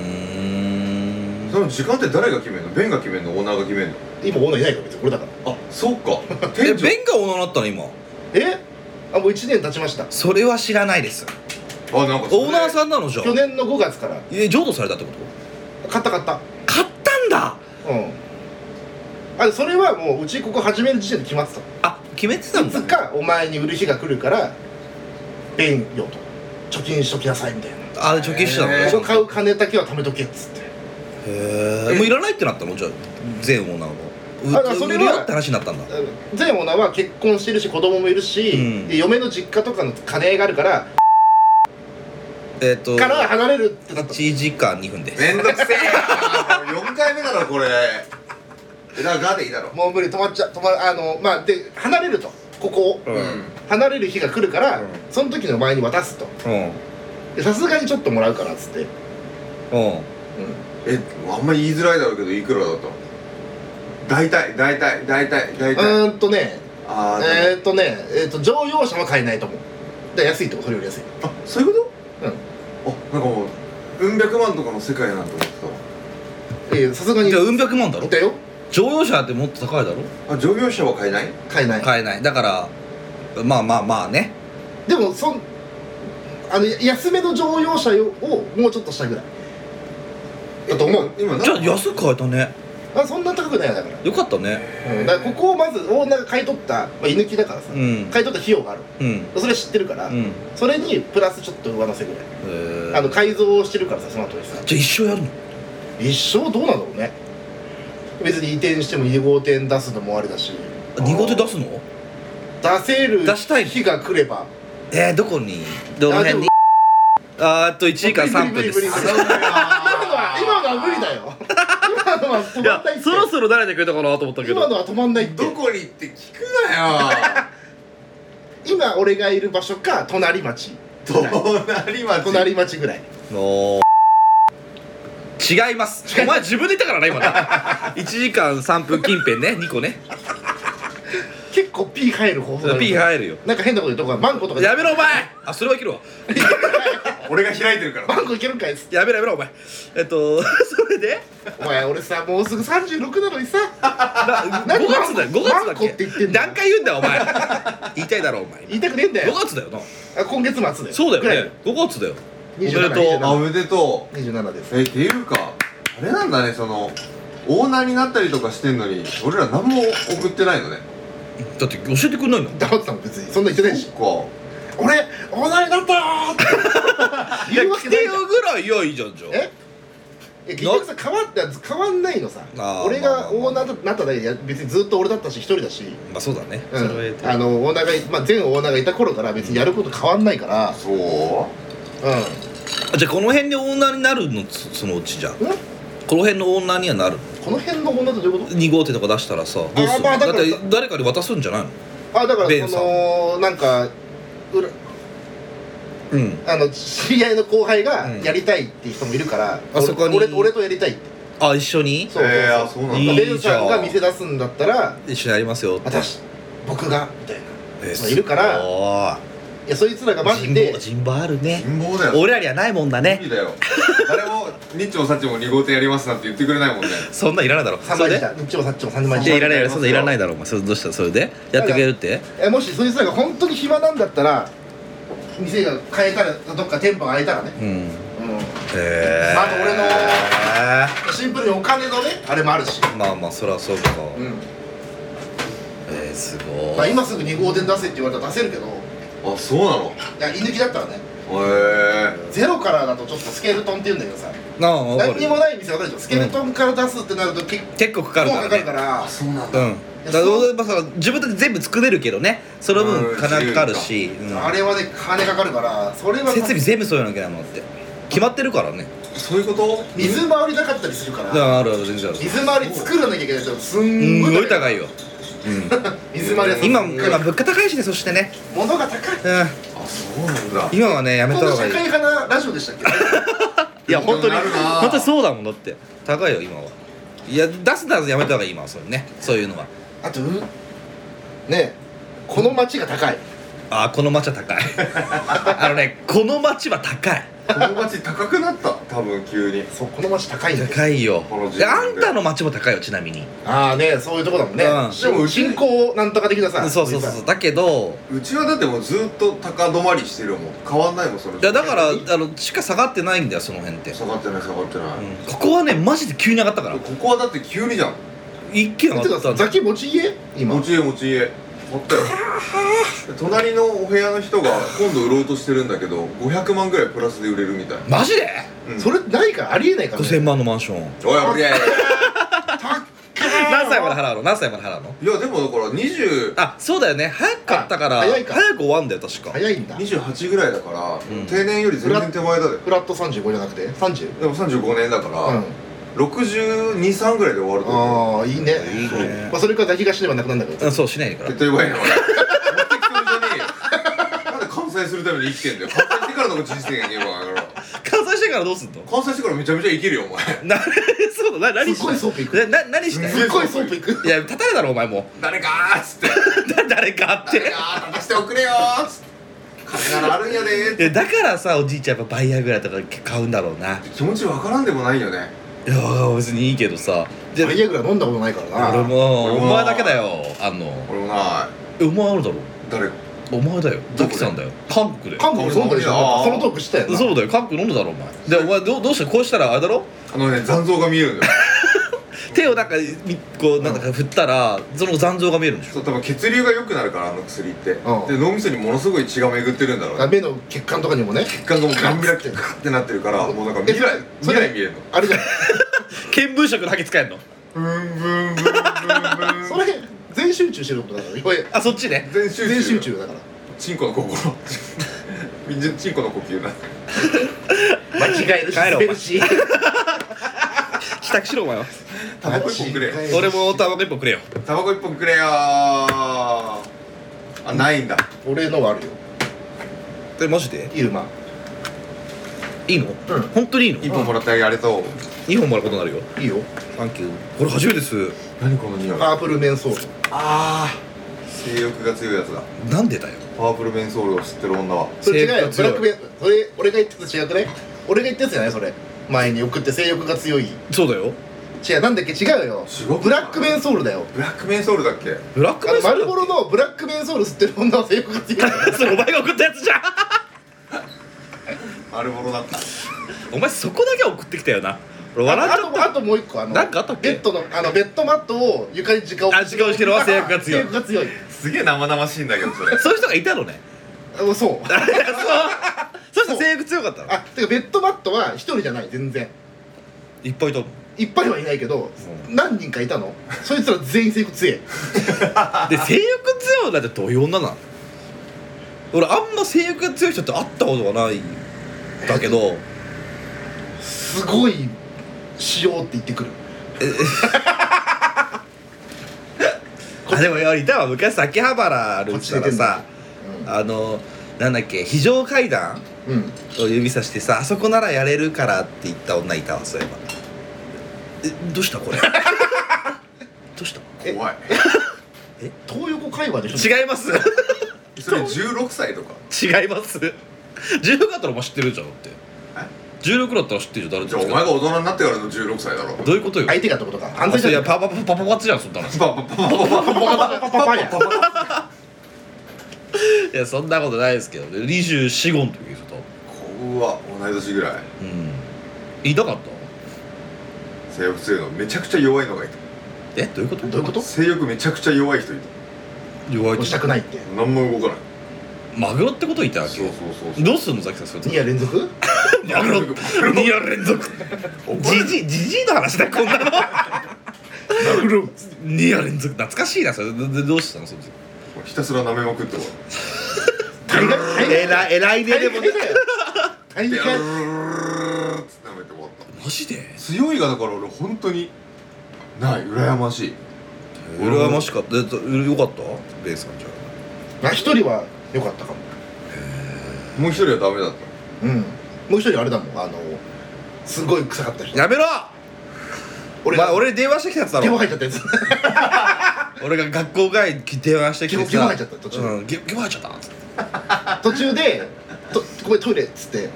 B: ん
A: その時間って誰が決めるのベンが決めるのオーナーが決めるの
C: 今女いないから別に俺だから
A: あそうか [laughs]
B: え
A: 店長
B: 弁がオーナーになったの今
C: えあもう1年経ちました
B: それは知らないです
A: あなんか
B: オーナー
A: ん
B: さんなのじゃあ
C: 去年の5月から
B: え譲渡されたってこと
C: 買った買った
B: 買ったんだ
C: うんあそれはもううちここ始める時点で決まって
B: あ決めて
C: た
B: た
C: い
B: んだ
C: つかお前に売る日が来るから便よと貯金しときなさいみたいな
B: あ貯金してたのね
A: へ
C: ここ買う金だけは貯めとけっつって
B: へえもういらないってなったのじゃあ全オーナーが
C: あだから
B: う
C: それは
B: 売るよって話になったんだ
C: 前オーナーは結婚してるし子供もいるし、
B: うん
C: で嫁の実家とかの金があるから
B: えっと
C: から離れるってなっ
A: [laughs]
C: た
B: 1時間2分です
A: めんどくせえよ4回目だろこれえだからガーでいいだろ
C: もう無理止まっちゃ止まあのまあで離れるとここを
E: うん
C: 離れる日が来るから、
E: うん
C: その時の前に渡すと
E: うん
C: でさすがにちょっともらうからっつって、うん、
E: うん
A: えあんまり言いづらいだろうけどいくらだと大体大体大体大
C: う
A: 体
C: ーんとね
A: ああ、
C: えーっとねえーっと乗用車は買えないと思うで安いとこそれより安い
A: あそういうこ
C: うん
A: とあなんかもううん百万とかの世界なんて思って
C: いやさすがに
B: じゃあ
C: 言
B: うん百万だろ
C: ったよ
B: 乗用車ってもっと高いだろ
A: たわあ乗用車は買えない
C: 買えない
B: 買えないだからまあまあまあね
C: でもそんあの安めの乗用車をもうちょっとしたぐらいだと思う
A: 今今
B: じゃあ
A: 何
B: 安く買えたね
C: あそんな高くないよだから,、
B: よかったね
C: うん、だからここをまずオーナーが買い取った、まあ、居抜きだからさ、
B: うん
C: 買い取った費用がある
B: うん
C: それ知ってるから、
B: うん
C: それにプラスちょっと上乗せぐらい、
B: えー
C: あの改造をしてるからさその後にさ
B: じゃあ一生やるの
C: 一生どうなんだろうね別に移転しても2号店出すのもあれだし
B: 二号手出すの
C: 出せる
B: 出したい
C: 日が来れば
B: えー、どこにどの辺にあーっと1時間3分です
C: 無理無理無理無理今のは今のは無理だよ今のは止
B: い
C: ま
B: や
C: んないって
B: そろそろ誰でくれたかなと思ったけ
C: 今
B: ど
C: のは止まんないって
A: どこにって聞くなよ
C: 今俺がいる場所か隣町
A: 隣町
C: 隣町ぐらい
B: の違いますお前自分で言ったからな今な1
C: [laughs]
B: 時間3分近辺ね2個ね
C: 結構ピー入る方法だね
B: P 入るよ
C: なんか変なこと言うとこはマンコとか
B: やめろお前あそれはいけるわ
A: 俺が開いてるから
C: マンコいけるんかいっつって
B: やめろやめろお前えっと [laughs] それで
C: お前俺さもうすぐ36なのにさ
B: な5
C: 何
B: 月だよ5月だ
C: マンコって言って
B: っけ
C: んだよ
B: 何回言うんだよお前言いたいだろお前
C: 言いたくねえんだ
B: 5
C: よ
B: 月だよな
C: あ今月末だよ
B: そう
C: ぐ
B: だ
C: ら
B: よ
C: い
B: ね5月だよ
C: おめで
B: おめでとう
A: あおめでとう
C: 27です
A: えっていうかあれなんだねそのオーナーになったりとかしてんのに俺ら何も送ってないのね
B: だって教えてくんないの
C: 黙ってたもん別にそんな言ってないし
A: そっか
C: 俺オーナーになったよーって
B: [laughs] いや
C: 言うわ
B: 来
C: け
B: て
C: ないじゃん
B: よぐらいいやいいじゃんじゃあ
C: えいや結局さ変わって変わんないのさ
B: あー
C: 俺
B: まあま
C: が
B: あまあ
C: オーナーになっただけで別にずっと俺だったし一人だし
B: まあそうだね、
C: う
B: それは言えて
C: ん、あのオーナーがい、まあ、前オーナーがいた頃から別にやること変わんないから、
A: そう
C: う
B: じゃあこの辺でオーナーになるのそそのうちじゃんこ
C: ん、
B: の辺のオーナーにはなる
C: んこの辺の女とどういうこ
B: 2号店とか出したらさどうする
C: あーまあだ
B: だ
C: から
B: って誰かに渡すんじゃないの
C: とあだから
B: ベン
C: そのなんか裏
B: うん
C: あの知り合いの後輩が
B: うん
C: やりたいっていう人もいるから、
B: あそこに
C: 俺俺俺とやりたいって
B: あ一緒に
C: そうそうそう、
A: えーあそうなんだ
B: いい
C: ベンさんが
B: いい
C: 店
B: じ
C: 出すんだったら
B: 一緒にやりますよって
C: 私僕がみたいない
B: え
C: そういるから
B: おー
C: やそいつらがマジ
B: 人
C: で
B: 望人望あるね
A: 貧乏だよ
B: 俺らにはないもんだ
A: 無
B: ね
A: 理だよ誰もニッチもサッチも2号店やりますなんて言ってくれないもんね
B: そんなんいらないだろ
C: 3
B: そ
C: 枚
B: れ
C: 来
B: で
C: た日曜さっちも3枚
B: じ
C: 来
B: ゃあ
C: た
B: いらないいらないそんなんいらないだろお前それどうしたそれでやってくれるって
C: えもしそいつらが本当に暇なんだったら店が変えたらどっか店舗が開いたらね、
B: うん
C: うん、
B: へえ
C: まあ俺のシンプルにお金のねあれもあるし、
B: まあまあそりゃそうか
C: うん
B: えー、すごい、
C: まあ、今すぐ2号店出せって言われたら出せるけどい
A: あそうなの
C: や居抜きだったらね
A: へえ
C: ゼロからだとちょっとスケルトンって言うんだけどさ
B: なあ分か
C: 何
B: る
C: にもない店わかるでしょスケルトンから出すってなると結構
B: 結構かかるから
C: かかる
B: ね
C: から
A: そうなんだ
B: うんだから俺まあさ自分たち全部作れるけどねその分
A: うん
B: 金かかるし、うん
C: あれはね金かかるからそれは
B: 設備全部そういうのけないもんだって決まってるからね
A: そういうこと
C: 水回りなかったりするか
B: だ
C: ら
B: からあるある全然ある
C: 水回り作らなきゃいけないとす
B: す
C: んご
B: ご
C: い
B: い高いよ、
C: 水回りは
B: うん、今今物価高いしねそしてね、
C: 物が高い
B: うん、
A: あそうなんだ
B: 今はねやめ
C: こ
B: た
C: んな
B: 方が
C: 社
B: いい
C: 会派なラジオでしたっ
B: い
C: け
B: や本当
A: 勉強に
B: に
A: なるな
B: 本当にそうだもんだって高いよ今はいや出すならやめた方がいい今はそれねそういうのは
C: あとうねえこの町が高い
B: あーこの町は高いあのねこの町は高い
A: この町高くなった多分急に
C: そうこの町高いんだよ
B: 高いよ
A: この時
B: で
A: 点
B: あ
A: で
B: んたの町も高いよちなみに
C: ああねそういうとこだもんね、
B: うん
C: しかも人口をなんとか的なさ
B: そうそうそうそうだけど
A: うちはだってもうずっと高止まりしてるもん変わんないもんそれ
B: いやだからあの地価下がってないんだよその辺って、
A: 下がってない下がってない、
B: うんここはねマジで急に上がったから
A: ここはだって急にじゃん
B: 一軒
C: て
B: 上が
C: か
B: った
C: さ
B: んだ
C: ザキ持ち家今
A: 持ち家持ち家持
B: [laughs]
A: ったよで隣のお部屋の人が今度売ろうとしてるんだけど500万ぐらいプラスで売れるみたい、
B: マジで
A: うん、
C: それないからありえないから、
B: 5000
C: ね、
B: 万のマンシ
C: [laughs]
B: ョン
A: おいおりゃい
B: 何歳まで払うの何歳まで払うの
A: いやでもだから20
B: あそうだよね早かったから
C: あ早いか
B: 早く終わんだよ確か
C: 早いんだ
A: 28ぐらいだから、
B: ん
A: 定年より全然手前だよ
C: フラット35じゃなくて 30?
A: でも35年だから、
C: うん
A: 6 2三ぐらいで終わると思
C: ああいいねそうまあそれから東ではなくなるんだけど
B: うんそうしないでから
A: う絶対うまいな俺持ってきてるじゃねえよなんで完済するために生きてんだよ完済してからの人生やんけば
B: 完済してからどうすんの
A: 完済してからめちゃめちゃ生きるよお前
B: なそうな何し
C: すっごいソープ行
B: たいなな何したい
C: すっごいソープいく
B: いや立たれだろお前も
A: 誰かーっつって
B: うだ [laughs] 誰かって
A: 誰かー立たしておくれよーっつって金ならあるんやでーっ
B: い
A: て
B: やだからさおじいちゃんやっぱバイヤーぐらいとか買うんだろうない
A: 気持ちわからんでもないよね
B: や別にいいけどさで
C: バイアグラ飲んだことないから
B: 俺
C: な
B: も
A: 俺も
B: お前だけだよあんの
A: 俺もな
B: えお前あるだろ
A: 誰
B: お前だよ
A: どこで
B: ザキさんだよ韓国で
C: 韓国飲んだでしょ
A: あー
C: そのトークしたよな
B: そうだよ韓国飲んだだろお前でお前どうどうしてこうしたらあれだろ
A: あのね残像が見えるんだよ
B: 手をなんかみこうなんか振ったらその残像が見えるんでしょ
A: そう多分血流が良くなるからあの薬ってで
C: ん
A: 脳みそにものすごい血が巡ってるんだろうね
C: 目の血管とかにもね
A: 血管がもうガンビラってカッてなってるからもうなんか
C: え
A: 未来
C: そ
A: 未
C: れ
A: 来見えるの
C: あれじゃん
B: 見聞色だけ使えるの
A: ブン [laughs] ブンブンブン
C: それ全集中してることだからこれ
B: あそっちね
A: 全集中
C: 全集中だから
A: チンコの心みんなチンコの呼吸だ
B: 間違えるし帰ろお前
C: [laughs]
B: 支度しろお前は
A: タバコ一本くれ
B: 俺もタバコ一本くれよ
A: タバコ一本くれよーあないんだ
C: 俺のはあるよ
B: えマジで
C: いるま
B: いいの、
C: うん
B: 本当にいいの
A: 一本もらってあげとう
B: 2本もらうことになるよ
C: いいよ
B: サンキューこれ初めてです
A: 何この匂い
C: パープルメンソール
A: あー性欲が強いやつだ
B: なんでだよ
A: パープルメンソールを吸ってる女は
C: それ違うよブ
B: 性
C: ラッ
B: 欲
C: ク
B: が強
C: メンそれ俺が言ってたやつ違くない俺が言ったやつじゃないそれ前に送って性欲が強い
B: そうだよ
C: 違うなんだっけ違うよ
A: 違うかな
C: ブラックメンソールだよ
A: ブラックメンソールだっけ
B: ブラック
C: あ
B: メ
C: の
B: ンソー
C: 丸
B: ル
C: ボロのブラックメンソール吸ってる女は性欲が強い
B: [laughs] それお前が送ったやつじゃん
A: アルボロだった
B: お前そこだけは送ってきたよな俺笑っ
C: あ
B: ちゃっ
C: とあともう一個あの
B: なんかあったっけ
C: ベッドのあのベッドマットを床に直
B: あ直押し
C: して
B: るのは性欲が強い
C: 性欲が強い
A: すげえ生々しいんだけどそれ
B: たそういう人がいたのね
C: あそう
B: あ [laughs] そうそういう人性欲強かったの
C: あてかベッドマットは一人じゃない全然
B: いっぱいいたの
C: いっぱいはいないけど、何人かいたのそいつら全員性欲強い
B: で性欲強いなんてどういう女なの俺あんま性欲が強い人って会ったことがないんだけど
C: すごいしようって言ってくる
B: あでもよいたわ昔秋葉原歩いてたらさ
C: うん
B: あのなんだっけ非常階段
C: うん
B: を指さしてさ「あそこならやれるから」って言った女いたわそういえばえどうしたこ [laughs] れどうした
A: 怖い
C: 東横会話でしょ
B: 違います
A: それ16歳とか
B: 違います16だったらお前知ってるじゃんだって16だったら知ってるじゃん
A: じゃあ
B: 誰
A: お
B: で
A: 前
B: も知っ
A: が大人になってからの16歳だろ
B: てるどういうことよ
C: 相手がってことか犯
B: あ
C: 罪
B: そうい
C: 者
B: や
C: パ
B: パパパパパパツじゃんそんなのい
A: パパパパパパ
C: パパパパパパや
B: やそんなことないですけどね2425の時ですと
A: 怖同い年ぐらい
B: うんいなかった
A: 性欲強いのめちゃくちゃ弱いのがいた
B: えどういうこと
C: どういうこと
A: 性欲めちゃくちゃ弱い人い
B: 弱い
C: 押
B: っ
C: した
B: て
C: くないって
A: た何も動かない
B: マグロってこと言ったわけ
A: そうそうそう
B: どうすんのザキさんそういう
C: 2夜連続
B: 時マグロ2夜連続じじいじじいの話だこんなの2夜連続懐かしいなそれででどうしたのその時
A: ひたすら舐めまくっても
C: 大概
B: えらえらいねでも
C: 大概だよ大
A: で
C: 概
A: ーって舐めて終わった
B: マジで
A: 強いがだから俺本当にない羨ましい
B: 羨ましかったえっとよかったベイさんじゃ
C: まあ一人は良かったかも
A: もう一人はダメだっ
C: うんもう一人あれだもんあのすごい臭かった人
B: やめろお
C: 俺
B: 前俺に電話してきたやつだ
C: 手も
B: ろ
C: 入っちゃったやつ
B: 俺が学校外に電話してきて
C: ゲボゲボ入っちゃった途中
B: うんゲボゲボ入っちゃったっつって
C: 途中でと「ここでトイレ」っつって
A: ん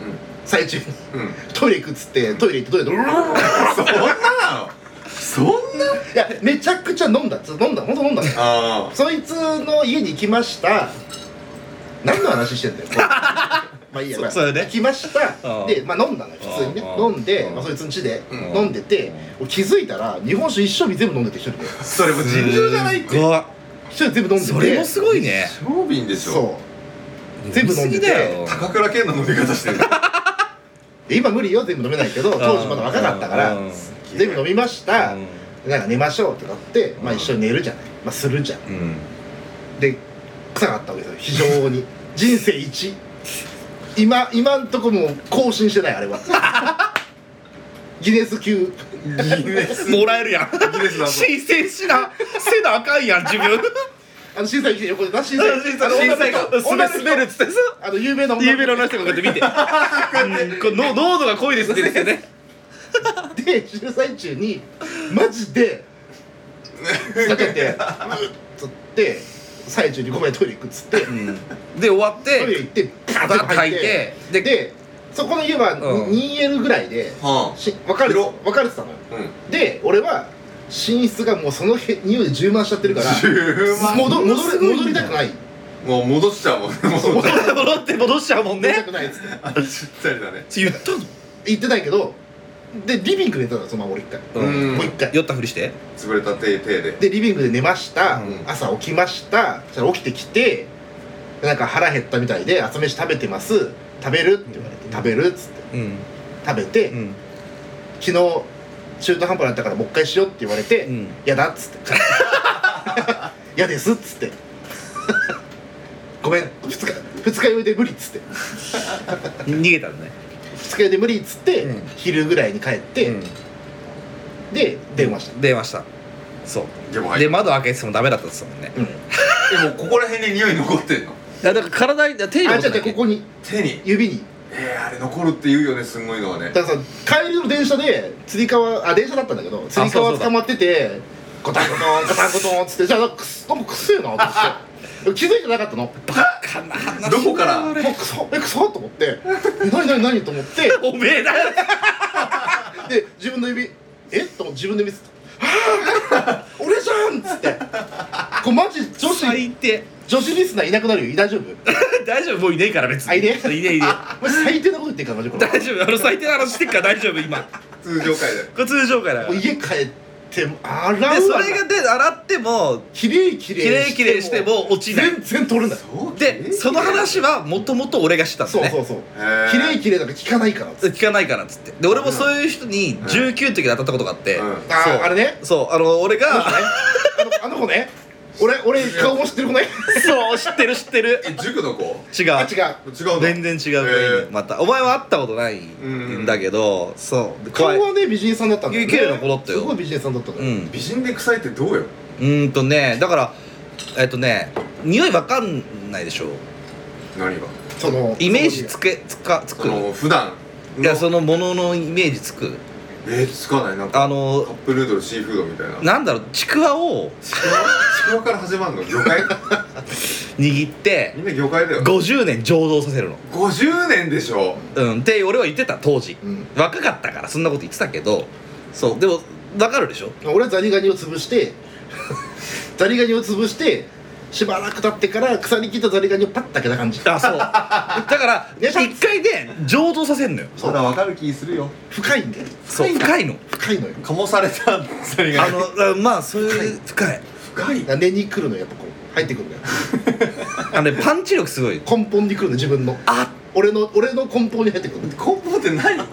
C: 最中に
A: たうん
C: トイレ行くっつってトイレ行ってトイレでうるるるるる
A: そんななのそんない
C: やめちゃくちゃ飲んだつ飲んだ本当飲んだの
A: あ
C: そいつの家に来ました何の話して
B: [laughs]
C: んだよまあいいや、まあ、
B: そそれで
C: 来ました
B: うん
C: で、まあ、飲んだのよ普通にね
B: うん
C: 飲んで、
B: うん
C: まあ、そいつの家で
A: うん
C: 飲んでて俺気づいたら日本酒一生日全部飲んでて一人で
A: あそれも尋常じゃないって
B: すごい
C: 一人で全部飲んで
B: そ
C: て
B: れもすごいね
A: 商品でしょ
C: そう全部飲んで
B: 飲み過ぎだよ
C: て
A: 高倉健の飲み方してる
C: 今無理よ全部飲めないけど当時まだ若かったから
B: うん
C: 全部飲みました
B: うん
C: でなんか寝ましょうってなって、まあ、一緒に寝るじゃない、まあ、するじゃん
B: うん
C: で臭かったわけですよ非常に人生一
B: [laughs]
C: 今今んとこもう更新してないあれはギネス級
B: もらえるやん
A: ギネスだぞ
B: 申請しなせなあかんやん自分
C: あの審査員来て横でな審査員
B: 審査審査員が滑滑るっつってさ
C: あの有名な
B: 指のな [laughs] 人がこうやって見てうんこうの濃度が濃いですって言ってね
C: で審査員中にマジでふざけてうっつって最中にごめんトイレ行くっつってト
B: で終わっ
C: イレ
B: て
C: 行って
B: バタッと書いて
C: で
B: で
C: そこの家は
B: うん
C: 2L ぐらいで
A: は
C: し分かれ
A: 広
C: 分かれてたのよ
A: あうん
C: で俺は寝室がもうそのへ匂いで充満しちゃって
B: [laughs]
C: るから
A: 10万
C: 戻戻れ戻りたくない
A: もう戻しちゃうもんねもう
C: そう
B: 戻って戻しちゃうもん
C: 戻りた
B: ね
C: くないっつって
A: あれちったりだね
B: 言ったの
C: 言ってないけどでリビングで寝たのよそのまま俺一回、
A: うん
C: もう一回
B: 酔ったふりして
A: 潰れた手手で
C: でリビングで寝ました、
A: うん
C: 朝起きましたそしたら起きてきてなんか腹減ったみたいで「朝飯食べてます食べる?」って言われて「食べる?」っつっ
B: う
C: て
B: ん
C: 食べて、
B: うん
C: 昨日中途半端だったからもう一回しようって言われて「
B: うん
C: 嫌だ」っ
B: [laughs]
C: つって「嫌です」っつって「ごめん2日二日酔いで無理」っつって
B: 逃げたのね
C: 「二日酔いで無理」っつって、
B: うん
C: 昼ぐらいに帰って、で電話した、
B: 電話したそう
A: でも入っ
B: で窓開けてもダメだったっつったもんね
C: うん、
A: でもここら辺に匂い残ってんの
B: いやだから体に手
C: あ
B: 入
C: じゃあじゃあここに
A: 手に
C: 指に
A: えー、あれ残るって言うよねすごいのはね
C: だからさ帰りの電車で釣り革あ電車だったんだけど釣り
B: そうそ
C: 革
B: うだ
C: 捕まっててゴタンゴトンゴタンゴトンっつってじゃあなんかくすなんかくせえなと
B: [laughs]
C: 思って気づいてなかったのもう
A: どこから
C: クソえクソと思ってえ何何何と思って
B: おめえだよ
C: で自分の指えと思って自分の指つってあー俺じゃんっつってこうマジ女
B: 最
C: 子
B: 低 [laughs]
C: 女子リスナーいなくなるよ大丈夫
B: 大丈夫もういねえから別に
C: あいね
B: いねいね
C: お前最低なこと言ってるからマジこれ
B: 大丈夫あの最低な話してっから大丈夫今
A: 通常会で
B: これ通常回だか
C: もう
B: らで
C: 家帰って洗うわ
B: それがで洗っても
C: きれいきれい
B: きれいきれいしても落ちない
C: 全然取れない
B: でその話はもともと俺がしたんだ
C: そう
B: ね
C: そうそう
A: へー
C: 綺麗綺麗だから聞かないから
B: 聞かないからっつってで俺もそういう人に19の時に当たったことがあって、
A: うん
C: あ
B: そう
C: ーあれね
B: そうあの俺が
C: あのあの子ね俺俺顔も知ってる子ね
B: [laughs] そう知ってる知ってる
A: え塾の子
B: 違
C: あ
B: う
C: 違う
A: 違うの
B: 全然違う子がいい
A: へー
B: またお前は会ったことないんだけど、そうで
C: 顔
B: 怖い
C: はね美人さんだったんだよね
B: 綺麗な子だったよ
C: すごい美人さんだったか
B: う
C: ら
B: ん
A: 美人で臭いってどうよ
B: うーんとねだからえっとね匂いわかんないでしょ
A: 何が
C: その
B: イメージつけつかつ
A: そ
B: く
A: の普段
B: いやそ
A: の
B: のもののイメージつく
A: えー、つかないなんか
B: あ
A: カッ
B: の
A: プヌードルシーフードみたいな
B: なんだろうちくわを
A: ちくわちくわから始まるの魚 [laughs] 介
B: 握って
A: みんな魚介だよ
B: 50年醸造させるの
A: 50年でしょ
B: うんって俺は言ってた当時
C: うん
B: 若かったからそんなこと言ってたけどそうでもわかるでしょ
C: 俺はザリガニを潰して [laughs] ザリガニを潰してしばらく経ってから腐り切ったザリガニをパッと開けた感じ
B: あそう [laughs] だから
C: ね
B: 一回で醸造させんのよ
A: そらわかる気するよ
C: 深いんだよ
B: そう深いの
C: 深いのよだか
A: 醸されたそれ
B: あのあまあそういう深い
A: 深い
C: ら根に来るのよやっぱこう入ってくるのよ
B: あのねパンチ力すごい
C: 根本に来るの自分の
B: あ [laughs]
C: 俺の俺の根本に入ってくるの
A: 根本って何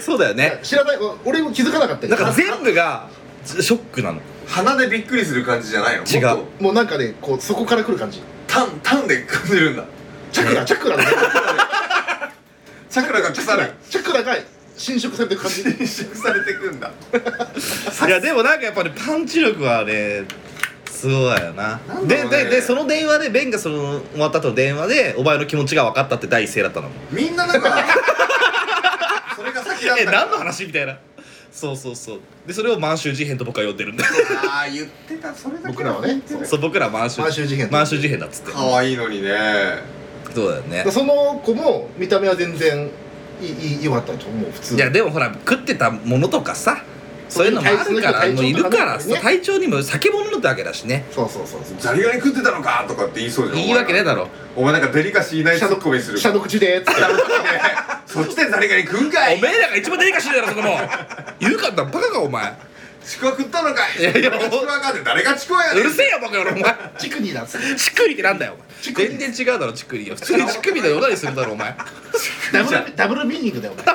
B: そうだよね
C: 知らない俺も気づかなかったよ
B: なんか全部がショックなの
A: 鼻でびっくりする感じじゃないの
B: 違う
A: もっと
C: もうなんかねこうそこから来る感じ
A: タンタンで感じるんだ
C: チャクラチャクラだね
A: チャクラが腐る
C: チャクラが侵食されてる感じ
A: 侵食されてくんだ
B: いやでもなんかやっぱりパンチ力はねすごいよな
A: なんだ
B: で
A: ろうね
B: ででその電話でベンがその終わった後の電話でお前の気持ちが分かったって第一声だったの
A: みんななんかそれが先だった
B: [laughs] え
A: から
B: 何の話みたいなそうそうそうでそれを満州事変と僕は呼んでるんで
A: ああ言ってたそれだけ
C: 僕らはね
B: そう僕ら満州
C: 満州事変
B: 満州事変だっつって
A: 可愛いのにね
B: そうだよね
C: その子も見た目は全然いいいい良かったと思う普通
B: いやでもほら食ってたものとかさそういうのもあるから
C: 体調
B: もういるから
C: 体調とかね
B: さ体調にも酒物ってわけだしね
C: そうそうそうそう
A: ザリガニ食ってたのかとかって言いそうじゃん
B: いいわけねえだろ
A: お前なんかデリカシーないツッコミする
C: 下の口でーっつって
A: そっちでザリガニ食うんか
B: お
A: い
B: めえらが一番デリカシーだろそこも言うかったバカかお前
A: ちくわ食ったのかい
B: いやいや
A: 俺がちくわかって誰がちくわや
B: う
A: ねん
B: るせえよバカ野郎お前
C: チクニーだっつって
B: チクリってなんだよお前全然違うだろチクリよ普通にチクリのよだれするだろお前
C: ダブルダブルミーニングだよお前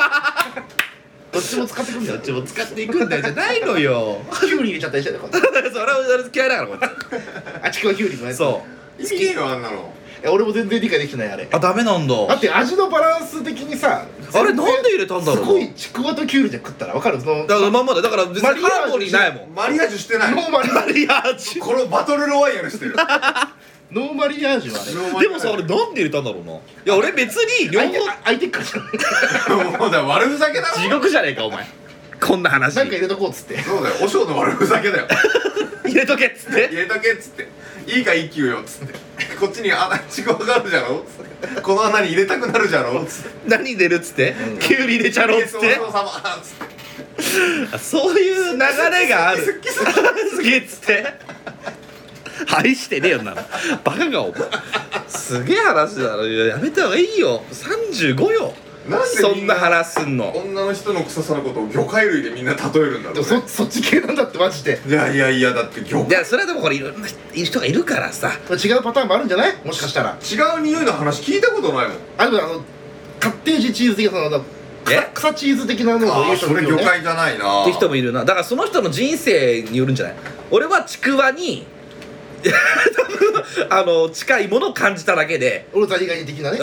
C: どっちも使ってくんだ
B: ど
C: よ
B: っちも使っていくんだよじゃないのよ
C: キュウリ入れちゃったりし
B: [laughs]
C: てたよこ
B: それはそれ嫌いだからこい
C: っちあちくわキュウリのや
B: つ
C: つ
B: そ
A: いいよあんなの
C: えや俺も全然理解できてないあれ
B: あダメなんだ
C: だって味のバランス的にさ
B: あれなんで入れたんだろう
C: す
B: な
C: ごいちくわときゅうりじゃ食ったらわかるその
B: だからまんまだだから別にハーモニーないもん
A: マリアージュしてない
C: ノーマ
B: [laughs]
C: リ
B: マリアージ
A: このバトルロワイヤルしてるノ
C: ノーマリアージュはあれ
A: ー
B: ュ
A: マリア
B: で
A: ー
B: も
A: ジ
B: さあ
A: ュ
B: れなんで入れたんだろうないや俺別に両方
C: 相手相手
B: [laughs]
C: からじゃな
A: [laughs]
C: い
A: もうだ悪ふざけだろ
B: 地獄じゃねえかお前こんな話
C: なんか
B: 入
C: 入れとこうっつって
A: そうだよお尚の悪ふざけだよ
B: れとけっつって
A: 入れとけっつっていいか一休よっつってこっちに穴ちくわがあるじゃろっつってこの穴に入れたくなるじゃろっつって
B: 何入れるっつってキュウリ入れちゃろうっつっ
A: イエ
B: て
A: スお嬢様っつって
B: あそういう流れがある好き好きっつって愛してねえよなのバカかお前すげえ話だろいややめた方がいいよ35よ
A: なんで
B: そんな話すんの
A: 女の人の臭さのことを魚介類でみんな例えるんだ
C: で
A: ろ
C: も
A: う、ね
C: そ、そっち系なんだってマジで
A: いやいやいやだって魚
B: い
A: 介
B: やそれはでもこれいろんな人がいるからさ
C: 違うパターンもあるんじゃないもしかしたら
A: 違う匂いの話聞いたことないもん
C: あでもあのカッテージチーズ的なその
B: え
C: 草草チーズ的なの
A: あ
C: を
A: あそれ魚介じゃないな
B: って人もいるなだからその人の人生によるんじゃない俺はちくわに [laughs] あの近いものを感じただけで
C: 俺ザリガニ的な
B: うん
C: ね、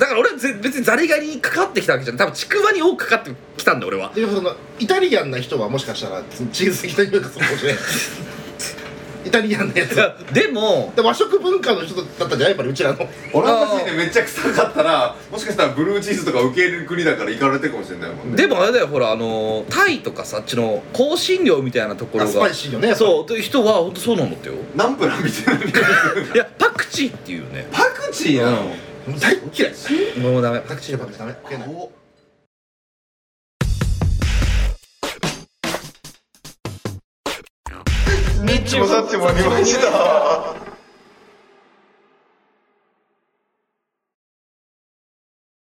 B: だから俺はぜ別にザリガニにかかってきたわけじゃない多分ちくわに多くかかってきたんだ俺は
C: でもそのイタリアンな人はもしかしたらそのチーズ的な匂いがするかも
B: [laughs]
C: しれないイタリアンのやつ
B: いやでも
C: で和食文化の人だったんじゃないやっぱりうちらの
A: オランダ人でめっちゃ臭かったらもしかしたらブルーチーズとか受け入れる国だから行かれてるかもしれないもんね
B: でもあれだよほらあのタイとかさあっちの香辛料みたいなところ
C: あ
B: が
C: スパイシーよねやっぱ
B: そうという人は本当そうなんだってよ
A: ナンプラーみたいな匂い
B: [laughs] いやパクチーっていうね
A: パクチーなの、
C: もう大っ嫌い
B: もうダメ
C: パクチーのパクチーダメ食えない
A: お
E: ニッチもサッチもありました